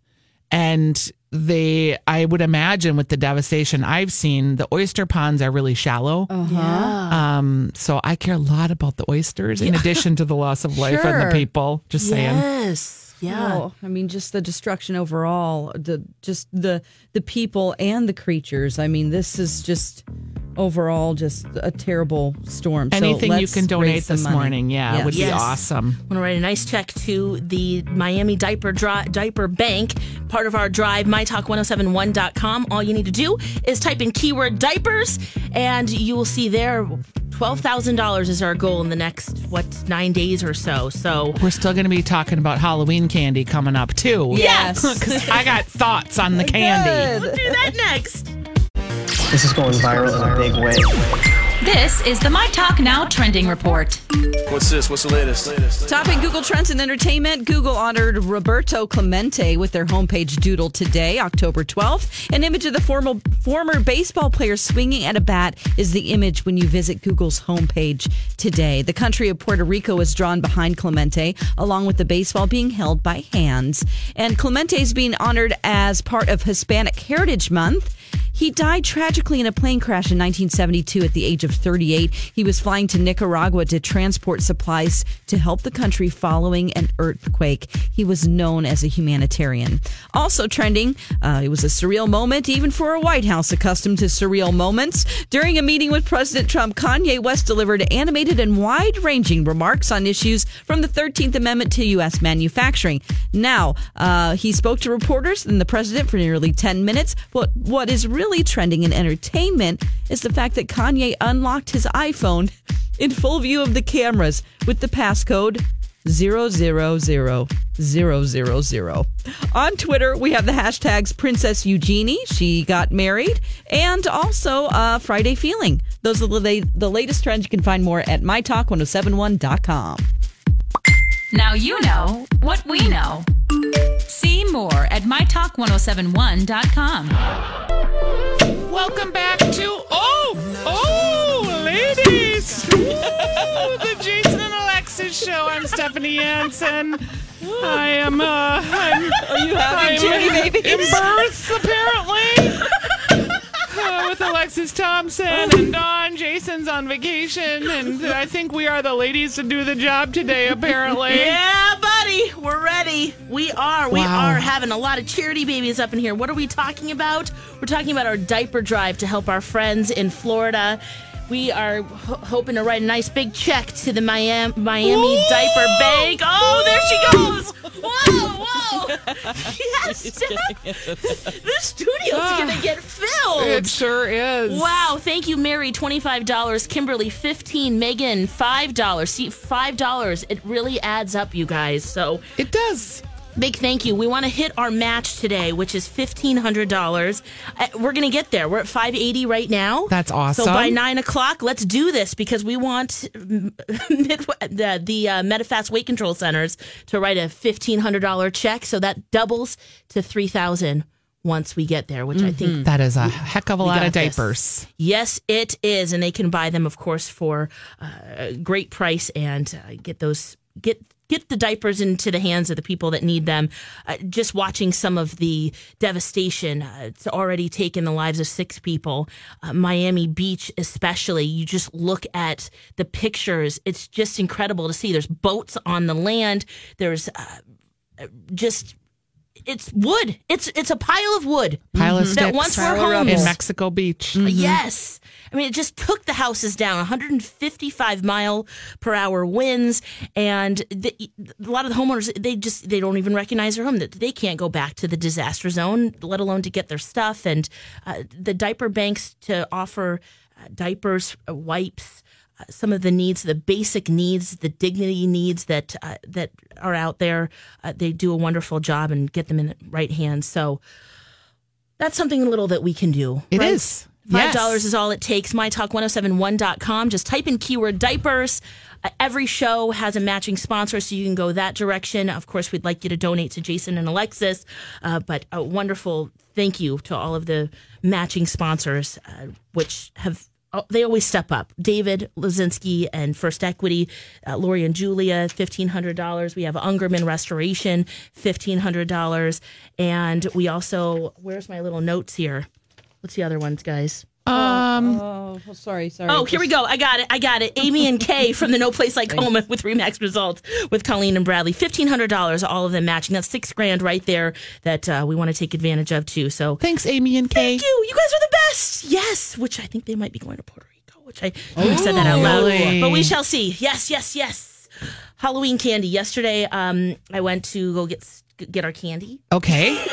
[SPEAKER 8] and they I would imagine with the devastation I've seen, the oyster ponds are really shallow.
[SPEAKER 6] Uh-huh.
[SPEAKER 8] Um, so I care a lot about the oysters in addition to the loss of
[SPEAKER 6] *laughs*
[SPEAKER 8] life and
[SPEAKER 5] Sure.
[SPEAKER 8] the people. Just saying.
[SPEAKER 6] Yes. Yeah.
[SPEAKER 5] No, Oh, I mean just the destruction overall, the just the the people and the creatures. I mean, this is just overall just a terrible storm. So
[SPEAKER 8] Anything you
[SPEAKER 5] let's
[SPEAKER 8] can donate
[SPEAKER 5] raise some
[SPEAKER 8] this
[SPEAKER 5] money.
[SPEAKER 8] morning, yeah,
[SPEAKER 5] Yes.
[SPEAKER 8] would be
[SPEAKER 6] Yes.
[SPEAKER 8] awesome.
[SPEAKER 6] I'm gonna write a nice check to the Miami Diaper Dri- Diaper Bank, part of our drive, mytalk1071.com. All you need to do is type in keyword diapers, and you will see there $12,000 is our goal in the next, what, nine days or so. So,
[SPEAKER 8] We're still going to be talking about Halloween candy coming up too.
[SPEAKER 5] Yes. *laughs*
[SPEAKER 8] 'Cause I got thoughts on the candy.
[SPEAKER 6] do that next.
[SPEAKER 10] This is going viral in a big way.
[SPEAKER 2] This is the My Talk Now trending report.
[SPEAKER 1] What's this? What's the latest? latest?
[SPEAKER 5] Topping Google Trends and Entertainment, Google honored Roberto Clemente with their homepage doodle today, October 12th. An image of the former, former baseball player swinging at a bat is the image when you visit Google's homepage today. The country of Puerto Rico is drawn behind Clemente, along with the baseball being held by hands. And Clemente is being honored as part of Hispanic Heritage Month. He died tragically in a plane crash in 1972 at the age of 38. He was flying to Nicaragua to transport supplies to help the country following an earthquake. He was known as a humanitarian. Also trending, uh, it was a surreal moment, even for a White House accustomed to surreal moments. During a meeting with President Trump, Kanye West delivered animated and wide ranging remarks on issues from the 13th Amendment to U.S. manufacturing. Now, uh, he spoke to reporters and the president for nearly 10 minutes. But what is really trending in entertainment is the fact that Kanye unlocked his iPhone *laughs* in full view of the cameras with the passcode. 000000. On Twitter, we have the hashtags Princess Eugenie, she got married, and also uh, Friday Feeling. Those are the, la- the latest trends. You can find more at mytalk1071.com.
[SPEAKER 2] Now you know what we know. See more at mytalk1071.com.
[SPEAKER 8] Welcome back to Oh, oh, ladies. Ooh, the Jason and Alexis show. I'm Stephanie Hansen. I am uh I'm
[SPEAKER 5] Are you having Judy
[SPEAKER 8] I'm
[SPEAKER 5] babies?
[SPEAKER 8] in birth apparently. Uh, with Alexis Thompson and Don, Jason's on vacation, and I think we are the ladies to do the job today. Apparently,
[SPEAKER 6] Yeah, buddy, we're ready. We are. We
[SPEAKER 8] Wow.
[SPEAKER 6] are having a lot of charity babies up in here. What are we talking about? We're talking about our diaper drive to help our friends in Florida. We are ho- hoping to write a nice big check to the Miami, Miami Diaper Bank. Oh, there she goes! Whoa, whoa! yes, *laughs* Steph. the studio's gonna get filled.
[SPEAKER 8] it sure is.
[SPEAKER 6] Wow, thank you, Mary. Twenty-five dollars, Kimberly. Fifteen, Megan. Five dollars. See, five dollars. It really adds up, you guys. So
[SPEAKER 8] it does.
[SPEAKER 6] big thank you. We want to hit our match today, which is fifteen hundred dollars. Uh, We're gonna get there. We're at five eighty right now.
[SPEAKER 8] That's awesome.
[SPEAKER 6] So by nine o'clock, let's do this because we want *laughs* mm, Midwe- the, the uh, Metafast Weight Control Centers to write a fifteen hundred dollar check, so that doubles to three thousand once we get there, which I think
[SPEAKER 8] That is a heck of a lot
[SPEAKER 6] got
[SPEAKER 8] of
[SPEAKER 6] this.
[SPEAKER 8] diapers.
[SPEAKER 6] Yes, it is, and they can buy them, of course, for uh, a great price and uh, get those get get the diapers into the hands of the people that need them. Uh, just watching some of the devastation, uh, it's already taken the lives of six people. Uh, Miami Beach, especially, you just look at the pictures; it's just incredible to see. There's boats on the land. There's uh, just it's wood. It's it's a pile of wood.
[SPEAKER 8] Pile of
[SPEAKER 6] Mm-hmm. that
[SPEAKER 8] sticks.
[SPEAKER 6] once we're
[SPEAKER 5] Pile of
[SPEAKER 6] home
[SPEAKER 5] rubble.
[SPEAKER 8] in Mexico Beach.
[SPEAKER 6] Yes. I mean, it just took the houses down 155 mile per hour winds. And the, a lot of the homeowners, they just, they don't even recognize their home. That They can't go back to the disaster zone, let alone to get their stuff. And uh, the diaper banks to offer uh, diapers, uh, wipes, uh, some of the needs, the basic needs, the dignity needs that uh, that are out there, uh, they do a wonderful job and get them in the right hands. So that's something little that we can do.
[SPEAKER 8] It is.
[SPEAKER 6] right? Five dollars is all it takes. MyTalk1071.com. Just type in keyword diapers. Uh, every show has a matching sponsor, so you can go that direction. Of course, we'd like you to donate to Jason and Alexis, uh, but a wonderful thank you to all of the matching sponsors, uh, which have oh, they always step up. David Lazinski and First Equity, uh, Lori and Julia, fifteen hundred dollars. We have Ungerman Restoration, fifteen hundred dollars, and we also where's my little notes here? What's the other ones, guys?
[SPEAKER 5] Um. Oh, oh, sorry, sorry.
[SPEAKER 6] Oh, here we go. I got it. I got it. Amy and Kay from the No Place Like Home with Remax results with Colleen and Bradley. Fifteen hundred dollars, all of them matching. That's six grand right there that uh, we want to take advantage of too. So
[SPEAKER 8] thanks, Amy and Kay.
[SPEAKER 6] Thank you. You guys are the best. Yes, which I think they might be going to Puerto Rico. Which I you said that out loud,
[SPEAKER 8] really?
[SPEAKER 6] but we shall see. Yes, yes, yes. Halloween candy. Yesterday, um, I went to go get s- get our candy
[SPEAKER 8] Okay.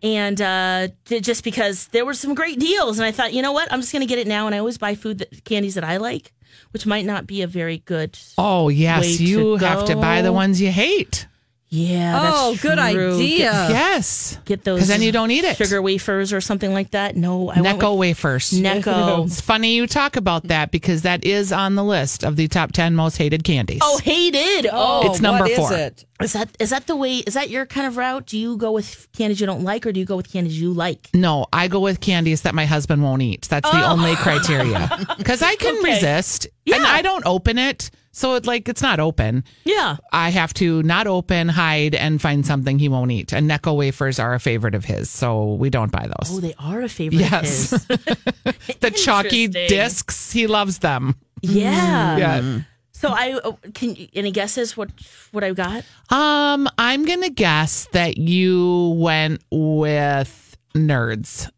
[SPEAKER 6] and uh, j- just because there were some great deals, and I thought, you know what, I'm just going to get it now. And I always buy food that candies that I like, which might not be a very good.
[SPEAKER 8] Oh
[SPEAKER 6] Way
[SPEAKER 8] yes,
[SPEAKER 6] to
[SPEAKER 8] you have to buy the
[SPEAKER 6] go.
[SPEAKER 8] ones you hate.
[SPEAKER 6] Yeah. that's
[SPEAKER 5] Oh, good
[SPEAKER 6] true.
[SPEAKER 5] idea.
[SPEAKER 6] Get,
[SPEAKER 8] Yes.
[SPEAKER 6] get those
[SPEAKER 8] 'Cause then you don't eat it.
[SPEAKER 6] sugar wafers or something like that. No, I went
[SPEAKER 8] Necco
[SPEAKER 6] with-
[SPEAKER 8] wafers.
[SPEAKER 6] Necco.
[SPEAKER 8] *laughs* It's funny you talk about that because that is on the list of the top 10 most hated candies.
[SPEAKER 6] Oh, hated. Oh,
[SPEAKER 8] It's number
[SPEAKER 5] what is
[SPEAKER 8] four.
[SPEAKER 5] it?
[SPEAKER 6] is that is that the way? Is that your kind of route? Do you go with candies you don't like, or do you go with candies you like?
[SPEAKER 8] No, I go with candies that my husband won't eat. That's the only
[SPEAKER 6] *laughs*
[SPEAKER 8] criteria. Because I can
[SPEAKER 6] Oh. Okay.
[SPEAKER 8] resist and
[SPEAKER 6] Yeah.
[SPEAKER 8] I don't open it. So it like it's not open.
[SPEAKER 6] Yeah.
[SPEAKER 8] I have to not open, hide, and find something he won't eat. And Necco wafers are a favorite of his, so we don't buy
[SPEAKER 6] Oh,
[SPEAKER 8] those.
[SPEAKER 6] they are a favorite. of
[SPEAKER 8] Yes.
[SPEAKER 6] his.
[SPEAKER 8] *laughs* the chalky
[SPEAKER 6] Oh, interesting.
[SPEAKER 8] discs, he loves them. Mm.
[SPEAKER 6] yeah.
[SPEAKER 8] Yeah.
[SPEAKER 6] So I oh, can. you- Any guesses what what I got?
[SPEAKER 8] Um, I'm gonna guess that you went with nerds.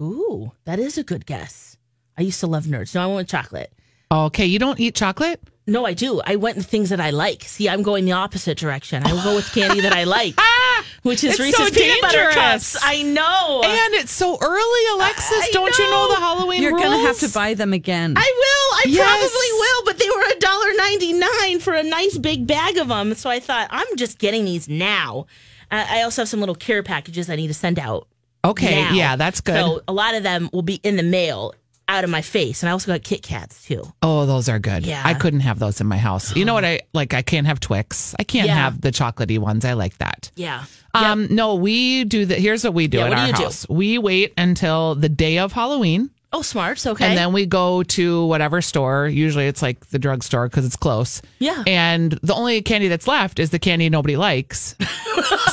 [SPEAKER 6] Ooh, that is a good guess. I used to love nerds. No, I went with chocolate.
[SPEAKER 8] Okay, you don't eat chocolate?
[SPEAKER 6] No, I do. I went with things that I like. See, I'm going the opposite direction. I will go with candy *laughs* that I like,
[SPEAKER 8] Ah,
[SPEAKER 6] which is
[SPEAKER 8] It's
[SPEAKER 6] Reese's
[SPEAKER 8] so
[SPEAKER 6] peanut butter
[SPEAKER 8] dangerous.
[SPEAKER 6] cups. I know.
[SPEAKER 8] and it's so early, Alexis.
[SPEAKER 6] I
[SPEAKER 8] don't you know
[SPEAKER 6] know.
[SPEAKER 8] the Halloween
[SPEAKER 5] You're gonna have
[SPEAKER 8] rules?
[SPEAKER 5] to buy them again.
[SPEAKER 6] I will. I
[SPEAKER 8] Yes.
[SPEAKER 6] probably will. But they were a dollar ninety nine for a nice big bag of them. So I thought I'm just getting these now. Uh, I also have some little care packages I need to send out.
[SPEAKER 8] Okay,
[SPEAKER 6] now.
[SPEAKER 8] yeah, that's good.
[SPEAKER 6] So a lot of them will be in the mail out of my face, and I also got Kit Kats too.
[SPEAKER 8] oh, those are good.
[SPEAKER 6] Yeah.
[SPEAKER 8] I couldn't have those in my house. You know what I like? I can't have Twix. I can't
[SPEAKER 6] Yeah.
[SPEAKER 8] have the chocolatey ones. I like that.
[SPEAKER 6] Yeah.
[SPEAKER 8] Um, no, we do the here's what we do
[SPEAKER 6] Yeah,
[SPEAKER 8] at
[SPEAKER 6] what do
[SPEAKER 8] our
[SPEAKER 6] you do?
[SPEAKER 8] house. We wait until the day of Halloween.
[SPEAKER 6] Oh, smart. Okay.
[SPEAKER 8] And then we go to whatever store. Usually it's like the drugstore because it's close.
[SPEAKER 6] Yeah.
[SPEAKER 8] And the only candy that's left is the candy
[SPEAKER 6] *laughs*
[SPEAKER 8] nobody likes.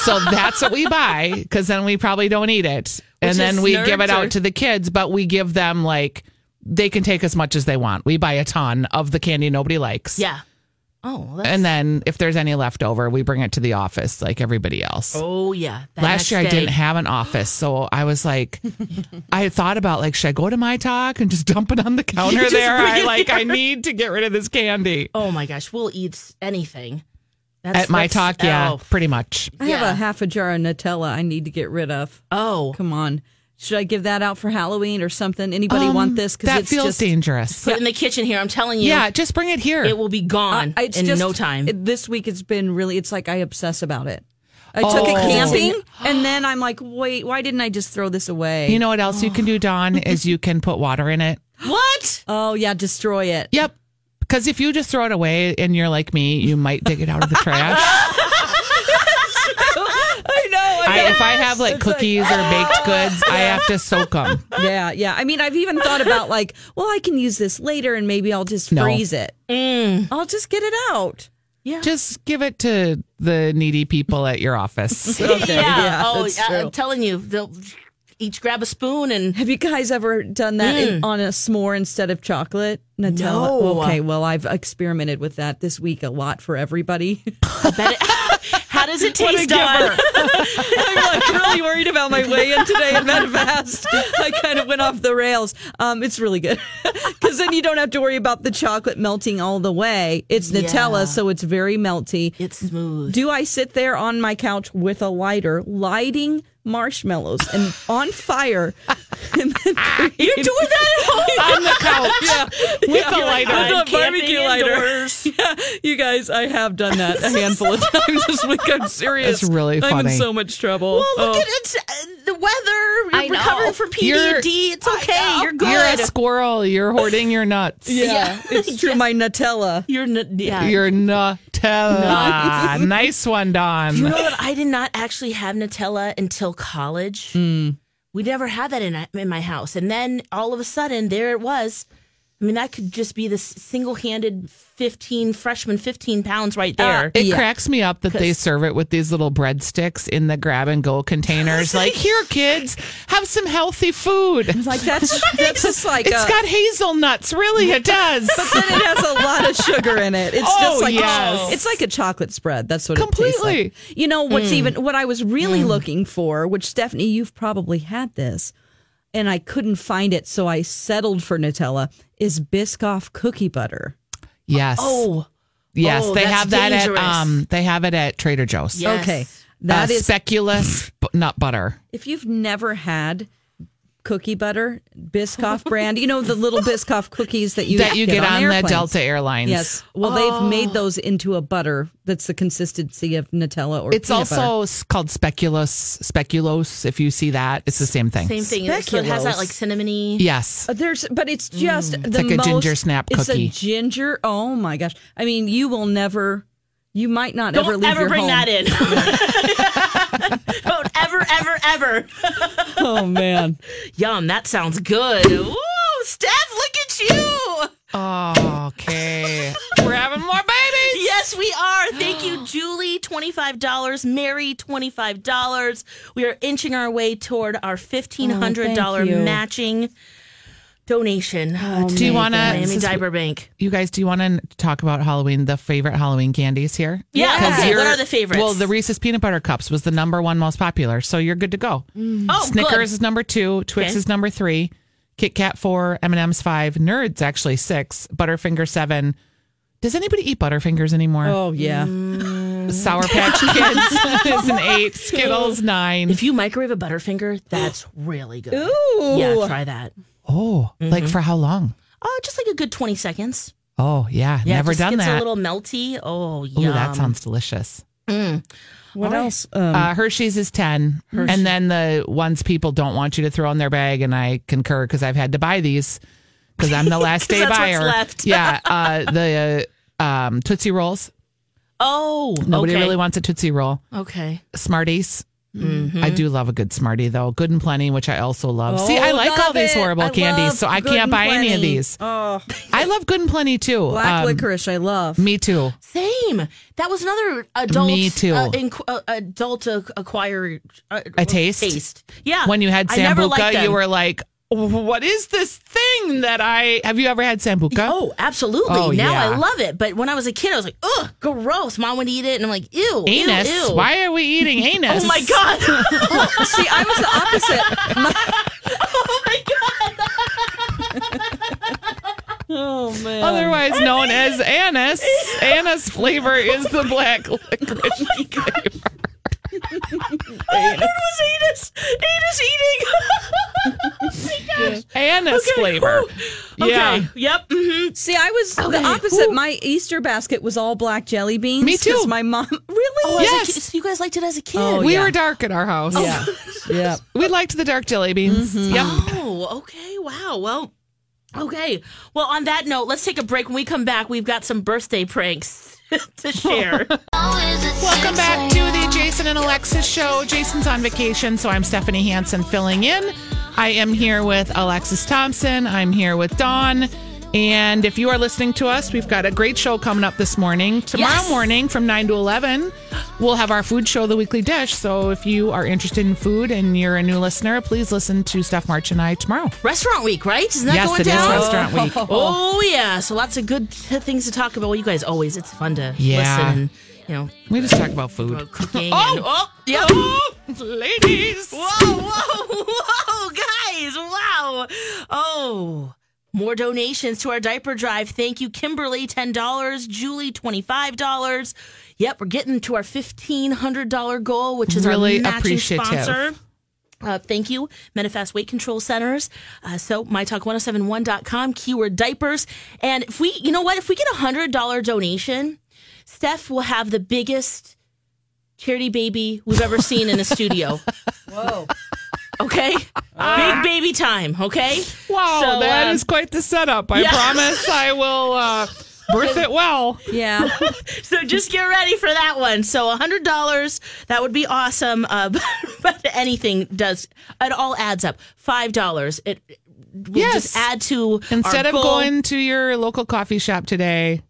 [SPEAKER 8] so that's what we buy because then we probably don't eat it.
[SPEAKER 6] Which
[SPEAKER 8] and
[SPEAKER 6] is
[SPEAKER 8] then we give
[SPEAKER 6] nerds
[SPEAKER 8] it
[SPEAKER 6] or-
[SPEAKER 8] out to the kids, but we give them like, they can take as much as they want. We buy a ton of the candy nobody likes.
[SPEAKER 6] yeah. Oh. Well, that's,
[SPEAKER 8] And then if there's any left over, we bring it to the office like everybody else.
[SPEAKER 6] Oh yeah. That
[SPEAKER 8] Last
[SPEAKER 6] next
[SPEAKER 8] year I
[SPEAKER 6] day.
[SPEAKER 8] didn't have an office, so I was like, *laughs* I thought about like, should I go to my talk and just dump it on the counter
[SPEAKER 6] *laughs* Just
[SPEAKER 8] there?
[SPEAKER 6] bring
[SPEAKER 8] I
[SPEAKER 6] it
[SPEAKER 8] like, I
[SPEAKER 6] here.
[SPEAKER 8] need to get rid of this candy.
[SPEAKER 6] Oh my gosh, we'll eat s- anything. That's,
[SPEAKER 8] At my
[SPEAKER 6] that's-
[SPEAKER 8] talk, yeah,
[SPEAKER 6] Oh,
[SPEAKER 8] pretty much.
[SPEAKER 5] I have a half a jar of Nutella I need to get rid of.
[SPEAKER 6] oh.
[SPEAKER 5] Come on. Should I give that out for Halloween or something? Anybody
[SPEAKER 6] Um,
[SPEAKER 5] want this?
[SPEAKER 8] Um, That
[SPEAKER 5] it's
[SPEAKER 8] feels
[SPEAKER 5] just,
[SPEAKER 8] dangerous.
[SPEAKER 6] put it in the kitchen here. I'm telling you.
[SPEAKER 8] Yeah, just bring it here.
[SPEAKER 6] It will be gone
[SPEAKER 5] I- Uh, it's *laughs*
[SPEAKER 6] in
[SPEAKER 5] just-
[SPEAKER 6] no time.
[SPEAKER 5] it- this week it's been really, it's like I obsess about it. I took it
[SPEAKER 8] Oh.
[SPEAKER 5] camping and then I'm like, wait, why didn't I just throw this away?
[SPEAKER 8] you know what else you can do,
[SPEAKER 6] *laughs*
[SPEAKER 8] Dawn, is you can put water in it.
[SPEAKER 6] what?
[SPEAKER 5] oh, yeah, destroy it.
[SPEAKER 8] Yep. Because if you just throw it away and you're like me, you might dig it out of
[SPEAKER 6] *laughs*
[SPEAKER 8] the trash.
[SPEAKER 5] I know.
[SPEAKER 8] *laughs* I, if I have like cookies or
[SPEAKER 6] "Ah!"
[SPEAKER 8] baked goods, I have to soak them.
[SPEAKER 5] yeah, yeah. I mean, I've even thought about like, well, I can use this later and maybe I'll just
[SPEAKER 8] No.
[SPEAKER 5] freeze it. I'll just get it out.
[SPEAKER 8] Just give it to the needy people at
[SPEAKER 6] *laughs*
[SPEAKER 8] your office.
[SPEAKER 6] yeah.
[SPEAKER 5] yeah,
[SPEAKER 6] Oh,
[SPEAKER 5] that's
[SPEAKER 6] I-
[SPEAKER 5] true.
[SPEAKER 6] I'm telling you, they'll each grab a spoon and
[SPEAKER 5] Have you guys ever done that in, on a s'more instead of chocolate? Nutella?
[SPEAKER 6] Mm. No.
[SPEAKER 5] Okay, well, I've experimented with that this week a lot for everybody. *laughs*
[SPEAKER 6] bet it. How does
[SPEAKER 8] *laughs*
[SPEAKER 6] it taste, Dawn?
[SPEAKER 5] I'm like really worried about my weigh in today and that fast. *laughs* I kind of went off the rails. Um, it's really good *laughs* because then you don't have to worry about the chocolate melting all the way. It's Nutella,
[SPEAKER 6] Yeah.
[SPEAKER 5] so it's very melty.
[SPEAKER 6] *laughs* It's smooth.
[SPEAKER 5] Do I sit there on my couch with a lighter, lighting marshmallows and on fire? and then You're doing *laughs* that at home
[SPEAKER 8] on the couch with a lighter.
[SPEAKER 5] With a
[SPEAKER 6] Camping
[SPEAKER 5] barbecue lighter.
[SPEAKER 6] indoors.
[SPEAKER 5] Yeah, you guys, I have done that
[SPEAKER 8] *laughs*
[SPEAKER 5] a handful of times this week. I'm serious.
[SPEAKER 8] It's really
[SPEAKER 5] I'm in
[SPEAKER 8] funny.
[SPEAKER 5] so much trouble.
[SPEAKER 6] Well, look
[SPEAKER 5] Oh.
[SPEAKER 6] at it. The weather. You're
[SPEAKER 2] I know.
[SPEAKER 6] recovering from PDD.
[SPEAKER 8] You're-
[SPEAKER 6] it's okay. You're good.
[SPEAKER 8] You're a squirrel. You're hoarding your nuts.
[SPEAKER 5] Yeah, it's true. My Nutella.
[SPEAKER 6] You're n- yeah.
[SPEAKER 8] Your Nutella. Ah, nice one, Don.
[SPEAKER 6] Do you
[SPEAKER 5] *laughs*
[SPEAKER 6] know that I did not actually have Nutella until college?
[SPEAKER 5] Hmm.
[SPEAKER 6] We never had that in in my house, and then all of a sudden, there it was. I mean, that could just be this single-handed fifteen freshman, fifteen pounds right
[SPEAKER 5] Uh,
[SPEAKER 6] there.
[SPEAKER 8] It cracks me up that they serve it with these little breadsticks in the grab and go containers. like, here, kids, have some healthy food. It's
[SPEAKER 5] Like that's that's just like a,
[SPEAKER 8] got hazelnuts. Really, it does.
[SPEAKER 5] but then it has a lot of sugar in it. It's just
[SPEAKER 8] Oh,
[SPEAKER 5] like
[SPEAKER 8] yes.
[SPEAKER 5] it's like a chocolate spread. That's what It
[SPEAKER 8] Completely. Mm.
[SPEAKER 5] tastes like. You know what's even what I was really looking for, which Stephanie, you've probably had this, and I couldn't find it, so I settled for Nutella. Is Biscoff cookie butter?
[SPEAKER 8] yes.
[SPEAKER 6] Oh,
[SPEAKER 8] yes.
[SPEAKER 6] oh,
[SPEAKER 8] they
[SPEAKER 6] that's
[SPEAKER 8] have that
[SPEAKER 6] dangerous.
[SPEAKER 8] at um. They have it at Trader Joe's.
[SPEAKER 6] Yes.
[SPEAKER 5] Okay,
[SPEAKER 8] That
[SPEAKER 5] that is.
[SPEAKER 8] speculous *laughs* bu- nut butter.
[SPEAKER 5] if you've never had. Cookie butter, Biscoff brand. You know the
[SPEAKER 8] *laughs*
[SPEAKER 5] little Biscoff cookies that you
[SPEAKER 8] that you get, on, the
[SPEAKER 5] airplanes.
[SPEAKER 8] Delta Airlines. Oh.
[SPEAKER 5] Yes. Well, they've made those into a butter that's the consistency of Nutella or
[SPEAKER 8] It's
[SPEAKER 5] peanut butter.
[SPEAKER 8] also s called speculus, speculoos. If you see that, it's the same thing.
[SPEAKER 6] same thing. So it has that like cinnamony.
[SPEAKER 8] Yes.
[SPEAKER 5] Uh, There's, but it's just the
[SPEAKER 8] Mm. like a
[SPEAKER 5] most-
[SPEAKER 8] ginger snap
[SPEAKER 5] It's a
[SPEAKER 8] cookie.
[SPEAKER 5] ginger. Oh my gosh! I mean, you will never. You might not
[SPEAKER 6] Don't
[SPEAKER 5] ever
[SPEAKER 6] ever,
[SPEAKER 5] leave your
[SPEAKER 6] bring
[SPEAKER 5] home.
[SPEAKER 6] that in. *laughs* Don't ever, ever, ever. *laughs*
[SPEAKER 5] Oh man!
[SPEAKER 6] Yum, that sounds good. Ooh, Steph, look at you.
[SPEAKER 8] Okay. We're having more babies.
[SPEAKER 6] *laughs* Yes, we are. Thank you, *gasps* Julie. Twenty-five dollars. Mary, twenty-five dollars. We are inching our way toward our fifteen hundred dollar
[SPEAKER 5] you.
[SPEAKER 6] matching donation. uh, to
[SPEAKER 8] Do you want
[SPEAKER 6] Miami
[SPEAKER 8] to?
[SPEAKER 6] Diaper Bank?
[SPEAKER 8] You guys, do you want to talk about Halloween? The favorite Halloween candies here?
[SPEAKER 6] Yeah.
[SPEAKER 8] 'Cause
[SPEAKER 6] Okay,
[SPEAKER 8] you're-
[SPEAKER 6] what are the favorites?
[SPEAKER 8] Well, the Reese's peanut butter cups was the number one most popular, so you're good to go.
[SPEAKER 6] Oh,
[SPEAKER 8] Snickers
[SPEAKER 6] Good.
[SPEAKER 8] is number two. Twix
[SPEAKER 6] Okay.
[SPEAKER 8] is number three. Kit Kat four. M and M's five. Nerds actually six. Butterfinger seven. Does anybody eat Butterfingers anymore?
[SPEAKER 5] Oh yeah.
[SPEAKER 6] Mm.
[SPEAKER 8] Sour *laughs* Patch
[SPEAKER 6] *laughs*
[SPEAKER 8] Kids is an eight. Skittles nine.
[SPEAKER 6] If you microwave a Butterfinger, that's *gasps* really good. Ooh. Yeah, try that.
[SPEAKER 8] Oh,
[SPEAKER 6] Mm-hmm.
[SPEAKER 8] like for how long?
[SPEAKER 6] Oh, just like a good twenty seconds.
[SPEAKER 8] Oh yeah,
[SPEAKER 6] Yeah, it
[SPEAKER 8] never
[SPEAKER 6] just
[SPEAKER 8] done
[SPEAKER 6] gets
[SPEAKER 8] that.
[SPEAKER 6] A little melty. Oh,
[SPEAKER 8] Ooh,
[SPEAKER 6] yeah.
[SPEAKER 8] that sounds delicious.
[SPEAKER 5] What else?
[SPEAKER 6] Um,
[SPEAKER 8] uh, Hershey's is 10. And then the ones people don't want you to throw in their bag. And I concur because I've had to buy these because
[SPEAKER 6] *laughs*
[SPEAKER 8] I'm the last
[SPEAKER 6] 'Cause
[SPEAKER 8] day
[SPEAKER 6] that's what's
[SPEAKER 8] buyer.
[SPEAKER 6] left. *laughs*
[SPEAKER 8] yeah. Uh, the uh, um, Tootsie Rolls.
[SPEAKER 6] Oh,
[SPEAKER 8] Nobody
[SPEAKER 6] okay.
[SPEAKER 8] really wants a Tootsie Roll.
[SPEAKER 6] Okay.
[SPEAKER 8] Smarties.
[SPEAKER 6] Mm-hmm.
[SPEAKER 8] I do love a good Smartie though. Good and plenty, which I also love. See,
[SPEAKER 6] Oh,
[SPEAKER 8] I like all
[SPEAKER 5] love
[SPEAKER 8] these
[SPEAKER 5] it.
[SPEAKER 8] horrible
[SPEAKER 5] I love
[SPEAKER 8] candies, so I
[SPEAKER 5] Good
[SPEAKER 8] can't
[SPEAKER 5] and
[SPEAKER 8] buy any of
[SPEAKER 5] Plenty.
[SPEAKER 8] these.
[SPEAKER 5] Oh,
[SPEAKER 8] I love good and plenty too.
[SPEAKER 5] black
[SPEAKER 8] Um,
[SPEAKER 5] licorice. I love.
[SPEAKER 8] Me too.
[SPEAKER 6] Same. That was another adult.
[SPEAKER 8] Me too.
[SPEAKER 6] Uh, inqu- uh, adult ac- acquire uh,
[SPEAKER 8] A taste?
[SPEAKER 6] Yeah.
[SPEAKER 8] When you had
[SPEAKER 6] I never liked
[SPEAKER 8] Sambuca, you
[SPEAKER 6] them.
[SPEAKER 8] were like, what is this thing that I have you ever had Sambuca?
[SPEAKER 6] Oh, absolutely.
[SPEAKER 8] Oh,
[SPEAKER 6] now
[SPEAKER 8] yeah.
[SPEAKER 6] I love it. But when I was a kid, I was like, ugh, gross. Mom would eat it. And I'm like, ew.
[SPEAKER 8] anus.
[SPEAKER 6] Ew, ew.
[SPEAKER 8] Why are we
[SPEAKER 6] *laughs*
[SPEAKER 8] eating anus?
[SPEAKER 6] Oh my God.
[SPEAKER 5] *laughs* See, I was the opposite.
[SPEAKER 6] *laughs* oh my God.
[SPEAKER 5] *laughs* oh man.
[SPEAKER 8] Otherwise known
[SPEAKER 6] *laughs*
[SPEAKER 8] as anise. Anise flavor is the black
[SPEAKER 6] Oh,
[SPEAKER 8] licorice.
[SPEAKER 6] *laughs* It was anus. Anus eating.
[SPEAKER 8] Anise flavor. Yeah.
[SPEAKER 6] Okay. Yep. hmm
[SPEAKER 5] *laughs* See, I was
[SPEAKER 6] Okay.
[SPEAKER 5] the opposite.
[SPEAKER 6] Ooh.
[SPEAKER 5] My Easter basket was all black jelly beans.
[SPEAKER 8] Me too.
[SPEAKER 5] 'cause My mom *laughs* really.
[SPEAKER 8] Yes.
[SPEAKER 6] So you guys liked it as a kid.
[SPEAKER 5] Oh,
[SPEAKER 8] we
[SPEAKER 5] yeah.
[SPEAKER 8] were dark at our house.
[SPEAKER 5] Yeah. yeah.
[SPEAKER 8] We liked the dark jelly beans. Yep.
[SPEAKER 6] Oh, okay. Wow. Well, okay. Well, on that note, let's take a break. When we come back, we've got some birthday pranks *laughs* to
[SPEAKER 8] *laughs*
[SPEAKER 6] share.
[SPEAKER 8] Welcome back to the Jason and Alexis show. Jason's on vacation, so I'm Stephanie Hansen filling in. I am here with Alexis Thompson. I'm here with Dawn. And if you are listening to us, we've got a great show coming up this morning. Tomorrow
[SPEAKER 6] Yes.
[SPEAKER 8] morning from 9 to 11, we'll have our food show, The Weekly Dish. So if you are interested in food and you're a new listener, please listen to Steph March and I tomorrow.
[SPEAKER 6] restaurant week, right? Isn't that
[SPEAKER 8] yes,
[SPEAKER 6] going
[SPEAKER 8] it is
[SPEAKER 6] down?
[SPEAKER 8] Restaurant Week.
[SPEAKER 6] *laughs* Oh yeah. So lots of good t- things to talk about. Well, you guys always it's fun to
[SPEAKER 8] Yeah.
[SPEAKER 6] listen and you know
[SPEAKER 8] We just talk about food.
[SPEAKER 6] about cooking.
[SPEAKER 8] Oh!
[SPEAKER 6] and, oh yeah.
[SPEAKER 8] Ladies!
[SPEAKER 6] Whoa, whoa, *laughs* whoa, guys. Wow. Oh. More donations to our diaper drive. Thank you, Kimberly, $10, Julie, $25. Yep, we're getting to our $1,500 goal, which is
[SPEAKER 8] Really
[SPEAKER 6] our matching
[SPEAKER 8] appreciative.
[SPEAKER 6] sponsor. Uh, thank you, Manifest Weight Control Centers. Uh, so, mytalk1071.com, keyword diapers. And if we, you know what, if we get a $100 donation, Steph will have the biggest charity baby we've ever seen in a studio.
[SPEAKER 5] Whoa.
[SPEAKER 6] Okay, big baby time. Okay.
[SPEAKER 8] Wow, that is quite the setup. I
[SPEAKER 6] um, yeah.
[SPEAKER 8] promise I
[SPEAKER 6] *laughs*
[SPEAKER 8] will uh, birth it well.
[SPEAKER 5] Yeah.
[SPEAKER 6] so just get ready for that one. So hundred dollars, that would be awesome. Uh, *laughs* but, but anything does it all adds up. Five dollars, it will
[SPEAKER 8] Yes.
[SPEAKER 6] just add to
[SPEAKER 8] Instead
[SPEAKER 6] our
[SPEAKER 8] of
[SPEAKER 6] goal.
[SPEAKER 8] going to your local coffee shop today,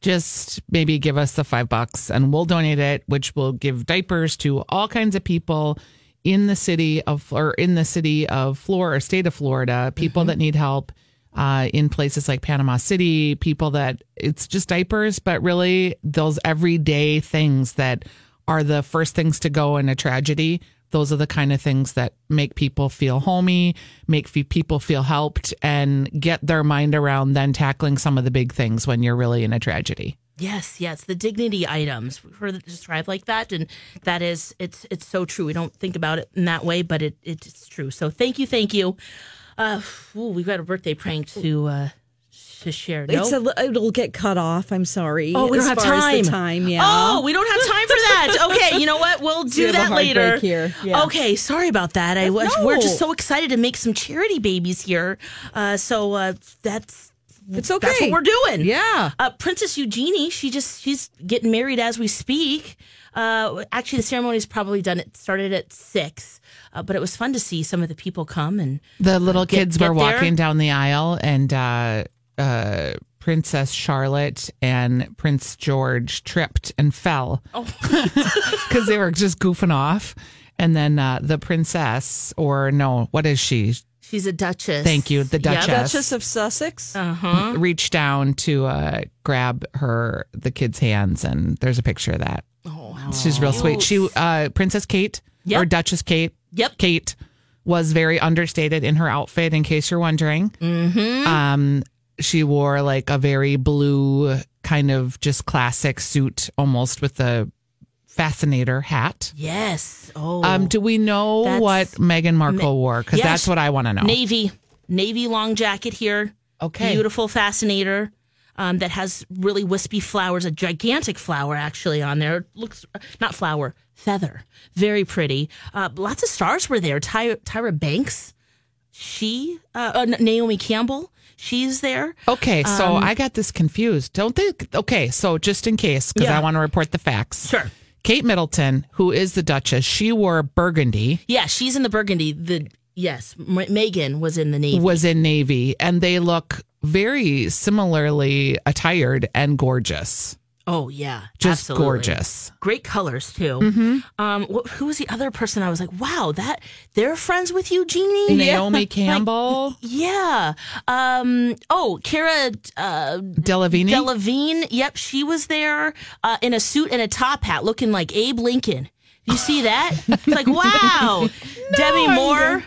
[SPEAKER 8] just maybe give us the five bucks and we'll donate it, which will give diapers to all kinds of people in the city of or in the city of Florida or state of Florida, people that need help uh, in places like Panama City, people that it's just diapers, but really those everyday things that are the first things to go in a tragedy. Those are the kind of things that make people feel homey, make fe- people feel helped, and get their mind around then tackling some of the big things when you're really in a tragedy.
[SPEAKER 6] Yes, yes, the dignity items. We've heard it described like that, and that is it's it's so true. We don't think about it in that way, but it it's true. So thank you, thank you. Uh, ooh, we've got a birthday prank to uh to share. No?
[SPEAKER 5] It's a, li- it'll get cut off. I'm sorry.
[SPEAKER 6] Oh, we don't
[SPEAKER 5] as
[SPEAKER 6] have
[SPEAKER 5] far as the
[SPEAKER 6] time.
[SPEAKER 5] time, yeah.
[SPEAKER 6] Oh, we don't have time for
[SPEAKER 5] *laughs*
[SPEAKER 6] that. Okay, you know what? We'll do
[SPEAKER 5] have a
[SPEAKER 6] that
[SPEAKER 5] hard
[SPEAKER 6] later.
[SPEAKER 5] break here. Yeah.
[SPEAKER 6] Okay, sorry about that. I was
[SPEAKER 5] No.
[SPEAKER 6] we're just so excited to make some charity babies here. Uh, so uh, that's
[SPEAKER 5] It's
[SPEAKER 6] That's
[SPEAKER 5] okay.
[SPEAKER 6] what we're doing.
[SPEAKER 5] Yeah.
[SPEAKER 6] Uh, Princess Eugenie, she just she's getting married as we speak. Uh, actually, the ceremony's probably done. It started at six, uh, but it was fun to see some of the people come and
[SPEAKER 8] The little
[SPEAKER 6] get-
[SPEAKER 8] kids
[SPEAKER 6] get
[SPEAKER 8] were
[SPEAKER 6] there.
[SPEAKER 8] walking down the aisle, and uh, uh, Princess Charlotte and Prince George tripped and fell
[SPEAKER 6] Oh.
[SPEAKER 8] *laughs* because they were just goofing off. And then uh, the princess, or no, what is she?
[SPEAKER 6] she's a duchess.
[SPEAKER 8] Thank you, the
[SPEAKER 6] Yeah.
[SPEAKER 8] Duchess.
[SPEAKER 5] Duchess of Sussex.
[SPEAKER 6] Uh huh.
[SPEAKER 8] Reached down to uh, grab her the kid's hands, and there's a picture of that.
[SPEAKER 6] Oh,
[SPEAKER 8] She's real sweet. She uh, Princess Kate
[SPEAKER 6] Yep.
[SPEAKER 8] or Duchess Kate.
[SPEAKER 6] Yep.
[SPEAKER 8] Kate was very understated in her outfit. In case you're wondering,
[SPEAKER 6] Mm-hmm.
[SPEAKER 8] um, she wore like a very blue kind of just classic suit, almost with a fascinator hat.
[SPEAKER 6] Yes. Oh.
[SPEAKER 8] Um, do we know
[SPEAKER 6] That's-
[SPEAKER 8] what Meghan Markle wore? Because
[SPEAKER 6] Yeah,
[SPEAKER 8] that's
[SPEAKER 6] she-
[SPEAKER 8] what I want to know.
[SPEAKER 6] navy navy long jacket here
[SPEAKER 8] Okay.
[SPEAKER 6] beautiful fascinator um, that has really wispy flowers a gigantic flower actually on there It looks uh, not flower feather very pretty uh, lots of stars were there Ty- tyra banks she uh, uh, naomi campbell she's there
[SPEAKER 8] Okay, so
[SPEAKER 6] Um,
[SPEAKER 8] I got this confused. Don't they? Okay, so just in case, because
[SPEAKER 6] Yeah.
[SPEAKER 8] I want to report the facts.
[SPEAKER 6] Sure.
[SPEAKER 8] Kate Middleton, who is the Duchess, she wore burgundy,
[SPEAKER 6] yeah she's in the burgundy the yes M- megan was in the navy
[SPEAKER 8] was in navy, and they look very similarly attired and gorgeous.
[SPEAKER 6] oh yeah
[SPEAKER 8] Just
[SPEAKER 6] absolutely. *laughs*
[SPEAKER 8] gorgeous.
[SPEAKER 6] great colors too. Um, wh- who was the other person? I was like, wow, that they're friends with Eugenie.
[SPEAKER 8] Naomi Campbell,
[SPEAKER 6] *laughs* Yeah. Um, oh, Cara uh,
[SPEAKER 8] Delavine.
[SPEAKER 6] Delavine. Yep, she was there uh, in a suit and a top hat, looking like Abe Lincoln. You see that? it's like wow. Demi Moore.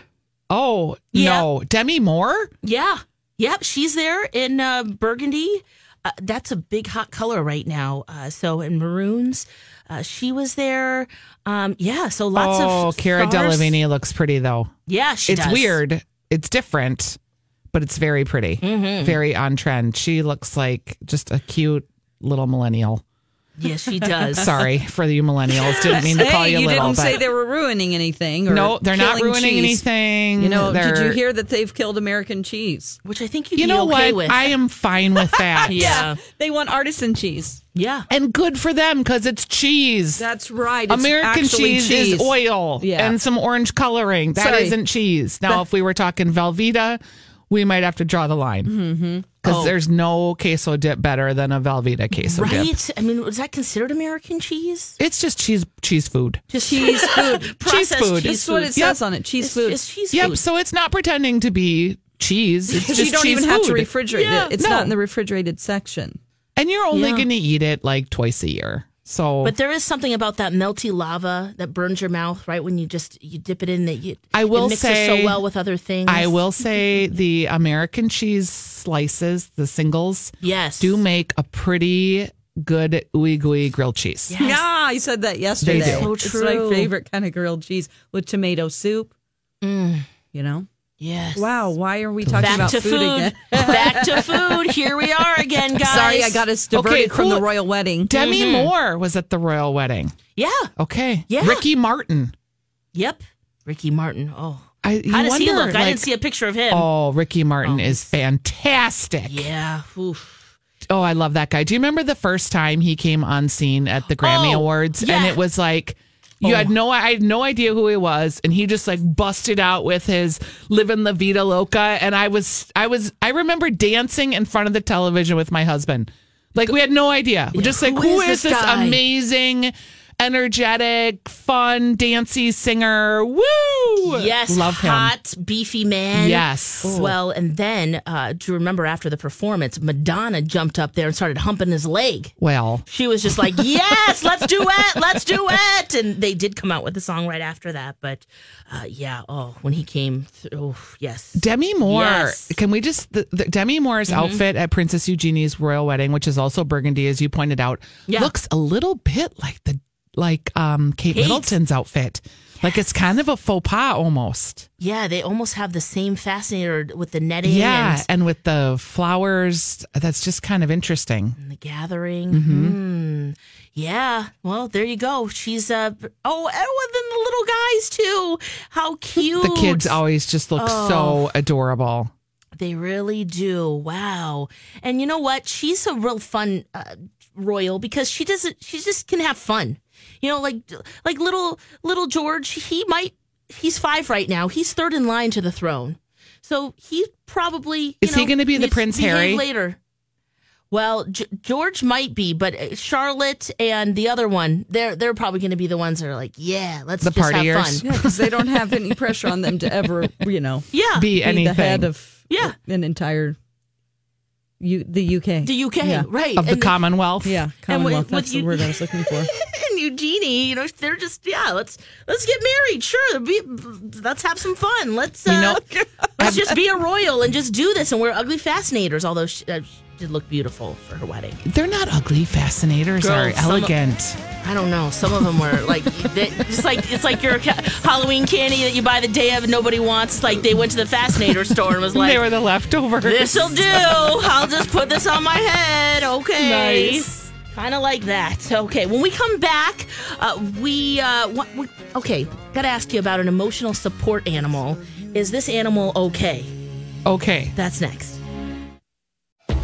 [SPEAKER 8] oh
[SPEAKER 6] Yeah.
[SPEAKER 8] no, Demi Moore.
[SPEAKER 6] Yeah. Yep. She's there in uh, burgundy. Uh, that's a big hot color right now. Uh, so in maroons, uh, she was there. Um, yeah. So lots
[SPEAKER 8] oh,
[SPEAKER 6] of
[SPEAKER 8] Cara
[SPEAKER 6] stars.
[SPEAKER 8] Delavine looks pretty though.
[SPEAKER 6] Yeah, she
[SPEAKER 8] it's
[SPEAKER 6] does.
[SPEAKER 8] weird. It's different, but it's very pretty,
[SPEAKER 5] Mm-hmm.
[SPEAKER 8] very on trend. She looks like just a cute little millennial.
[SPEAKER 6] Yeah, she does.
[SPEAKER 8] *laughs*
[SPEAKER 5] *laughs*
[SPEAKER 8] Sorry for you millennials. Didn't mean to call
[SPEAKER 5] Hey,
[SPEAKER 8] you,
[SPEAKER 5] you
[SPEAKER 8] little.
[SPEAKER 5] didn't say
[SPEAKER 8] but
[SPEAKER 5] they were ruining anything. Or
[SPEAKER 8] no, they're not
[SPEAKER 5] killing
[SPEAKER 8] ruining
[SPEAKER 5] cheese.
[SPEAKER 8] anything.
[SPEAKER 5] You know, did you
[SPEAKER 8] They're-
[SPEAKER 5] hear that they've killed American cheese?
[SPEAKER 6] Which I think you'd
[SPEAKER 8] You
[SPEAKER 6] be
[SPEAKER 8] know
[SPEAKER 6] okay
[SPEAKER 8] what?
[SPEAKER 6] with.
[SPEAKER 8] I am fine with
[SPEAKER 5] *laughs*
[SPEAKER 8] that.
[SPEAKER 6] yeah.
[SPEAKER 5] They want artisan cheese.
[SPEAKER 6] Yeah.
[SPEAKER 8] and good for them because it's cheese.
[SPEAKER 5] That's right. It's
[SPEAKER 8] American
[SPEAKER 5] actually
[SPEAKER 8] cheese, is oil
[SPEAKER 5] Yeah.
[SPEAKER 8] and some orange coloring. That
[SPEAKER 5] Sorry.
[SPEAKER 8] not cheese. Now, if we were talking Velveeta, we might have to draw the line because
[SPEAKER 5] Mm-hmm. Oh.
[SPEAKER 8] there's no queso dip better than a Velveeta queso dip.
[SPEAKER 6] Right? I mean, was that considered American cheese?
[SPEAKER 8] It's just cheese cheese food.
[SPEAKER 6] Just cheese food. *laughs* Processed
[SPEAKER 8] food.
[SPEAKER 6] cheese
[SPEAKER 5] That's what it
[SPEAKER 6] food.
[SPEAKER 5] says on it. Cheese food.
[SPEAKER 6] It's cheese
[SPEAKER 8] Yep.
[SPEAKER 6] food.
[SPEAKER 8] So it's not pretending to be cheese. It's
[SPEAKER 5] Because
[SPEAKER 8] just
[SPEAKER 5] you don't
[SPEAKER 8] cheese
[SPEAKER 5] even
[SPEAKER 8] food.
[SPEAKER 5] have to refrigerate
[SPEAKER 8] Yeah,
[SPEAKER 5] it. It's
[SPEAKER 8] no.
[SPEAKER 5] not in the refrigerated section.
[SPEAKER 8] and you're only
[SPEAKER 6] Yeah.
[SPEAKER 8] going to eat it like twice a year. So
[SPEAKER 6] But there is something about that melty lava that burns your mouth, right? When you just you dip it in, that you
[SPEAKER 8] I will
[SPEAKER 6] it mixes
[SPEAKER 8] say-
[SPEAKER 6] so well with other things.
[SPEAKER 8] I will say the American cheese slices, the singles,
[SPEAKER 6] Yes.
[SPEAKER 8] do make a pretty good ooey gooey grilled cheese.
[SPEAKER 6] Yes.
[SPEAKER 5] Yeah, I said that yesterday.
[SPEAKER 8] do. So
[SPEAKER 5] It's
[SPEAKER 6] true.
[SPEAKER 5] my favorite kind of grilled cheese with tomato soup. You know?
[SPEAKER 6] Yes.
[SPEAKER 5] Wow, why are we talking
[SPEAKER 6] Back
[SPEAKER 5] about
[SPEAKER 6] to
[SPEAKER 5] food,
[SPEAKER 6] food.
[SPEAKER 5] again?
[SPEAKER 6] *laughs* Back to food. Here we are again, guys.
[SPEAKER 5] *laughs* Sorry, I got us diverted
[SPEAKER 8] Okay,
[SPEAKER 5] from
[SPEAKER 8] who-
[SPEAKER 5] the royal
[SPEAKER 6] *laughs*
[SPEAKER 5] wedding.
[SPEAKER 8] Demi Moore was at the royal wedding.
[SPEAKER 6] Mm-hmm. Yeah.
[SPEAKER 8] Okay.
[SPEAKER 6] Yeah.
[SPEAKER 8] Ricky Martin.
[SPEAKER 6] Yep. Ricky Martin. Oh.
[SPEAKER 8] I, you
[SPEAKER 6] How does he
[SPEAKER 8] wonder,
[SPEAKER 6] look? I
[SPEAKER 8] like,
[SPEAKER 6] didn't see a picture of him.
[SPEAKER 8] Oh, Ricky Martin is fantastic.
[SPEAKER 6] Yeah. Oof.
[SPEAKER 8] Oh, I love that guy. Do you remember the first time he came on scene at the Grammy
[SPEAKER 6] Oh,
[SPEAKER 8] Awards? And
[SPEAKER 6] yeah. Oh.
[SPEAKER 8] it was like you had no I had no idea who he was and he just like busted out with his Livin' La Vida Loca and I was I was I remember dancing in front of the television with my husband. Like we had no idea. We're Just like who is, this,
[SPEAKER 6] guy?
[SPEAKER 8] amazing energetic, fun, dancey singer? Woo!
[SPEAKER 6] Yes,
[SPEAKER 8] Love him.
[SPEAKER 6] hot, beefy man.
[SPEAKER 8] Yes. Ooh.
[SPEAKER 6] Well, and then uh, do you remember after the performance, Madonna jumped up there and started humping his leg.
[SPEAKER 8] Well,
[SPEAKER 6] She was just like, "Yes, let's do it, let's do it," and they did come out with a song right after that. But uh, yeah, oh, when he came, th- oh yes,
[SPEAKER 8] Demi Moore.
[SPEAKER 6] Yes. Mm-hmm.
[SPEAKER 8] Can we just the, the Demi Moore's outfit at Princess Eugenie's royal wedding, which is also burgundy, as you pointed out,
[SPEAKER 6] Yeah.
[SPEAKER 8] looks a little bit like the like um Kate,
[SPEAKER 6] Kate.
[SPEAKER 8] Middleton's outfit. Like it's kind of a faux pas almost.
[SPEAKER 6] yeah, they almost have the same fascinator with the netting
[SPEAKER 8] Yeah,
[SPEAKER 6] and
[SPEAKER 8] and with the flowers, that's just kind of interesting.
[SPEAKER 6] the gathering.
[SPEAKER 8] Mm-hmm.
[SPEAKER 6] Hmm. Yeah, well, there you go. She's uh oh, oh, and then the little guys too. How cute
[SPEAKER 8] The kids always just look
[SPEAKER 6] Oh.
[SPEAKER 8] so adorable.
[SPEAKER 6] They really do. Wow. And you know what? She's a real fun uh, royal because she doesn't. She just can have fun. You know, like like little little George. He might. He's five right now. He's third in line to the throne. So he probably you
[SPEAKER 8] Is he
[SPEAKER 6] know,
[SPEAKER 8] gonna be the
[SPEAKER 6] needs
[SPEAKER 8] Prince
[SPEAKER 6] behave
[SPEAKER 8] Harry?
[SPEAKER 6] later? Well, G- George might be, but uh, Charlotte and the other one, they're they're probably going to be the ones that are like, yeah, let's
[SPEAKER 8] The
[SPEAKER 6] just have
[SPEAKER 8] partiers.
[SPEAKER 6] fun.
[SPEAKER 5] Yeah, because they don't have any pressure on them to ever, you know,
[SPEAKER 6] Yeah,
[SPEAKER 8] Be,
[SPEAKER 5] be the
[SPEAKER 8] anything.
[SPEAKER 5] head of
[SPEAKER 6] Yeah.
[SPEAKER 5] an entire U, the UK.
[SPEAKER 6] the UK,
[SPEAKER 5] Yeah.
[SPEAKER 6] right?
[SPEAKER 8] of the
[SPEAKER 6] And the-
[SPEAKER 8] Commonwealth.
[SPEAKER 5] yeah,
[SPEAKER 6] And with-
[SPEAKER 5] Commonwealth.
[SPEAKER 6] with
[SPEAKER 5] that's
[SPEAKER 6] you-
[SPEAKER 5] the word I was looking
[SPEAKER 6] *laughs*
[SPEAKER 5] for.
[SPEAKER 6] and Eugenie, you know, they're just yeah. Let's let's get married. Sure, be, let's have some fun. Let's uh,
[SPEAKER 8] You know,
[SPEAKER 6] let's just be a royal and just do this and wear ugly fascinators. Although she, uh, she did look beautiful for her wedding.
[SPEAKER 8] They're not ugly fascinators
[SPEAKER 6] Girl,
[SPEAKER 8] are
[SPEAKER 6] some of-
[SPEAKER 8] elegant.
[SPEAKER 6] I don't know. Some of them were like *laughs* they, just like it's like your ca- Halloween candy that you buy the day of and nobody wants. Like they went to the fascinator store
[SPEAKER 8] *laughs*
[SPEAKER 6] and was
[SPEAKER 8] they
[SPEAKER 6] like,
[SPEAKER 8] were the leftovers.
[SPEAKER 6] "This'll do. I'll just put this on my head." Okay.
[SPEAKER 8] Nice.
[SPEAKER 6] Kind of like that. Okay, when we come back, uh, we, uh, what, we okay. Got to ask you about an emotional support animal. Is this animal okay?
[SPEAKER 8] Okay.
[SPEAKER 6] That's next.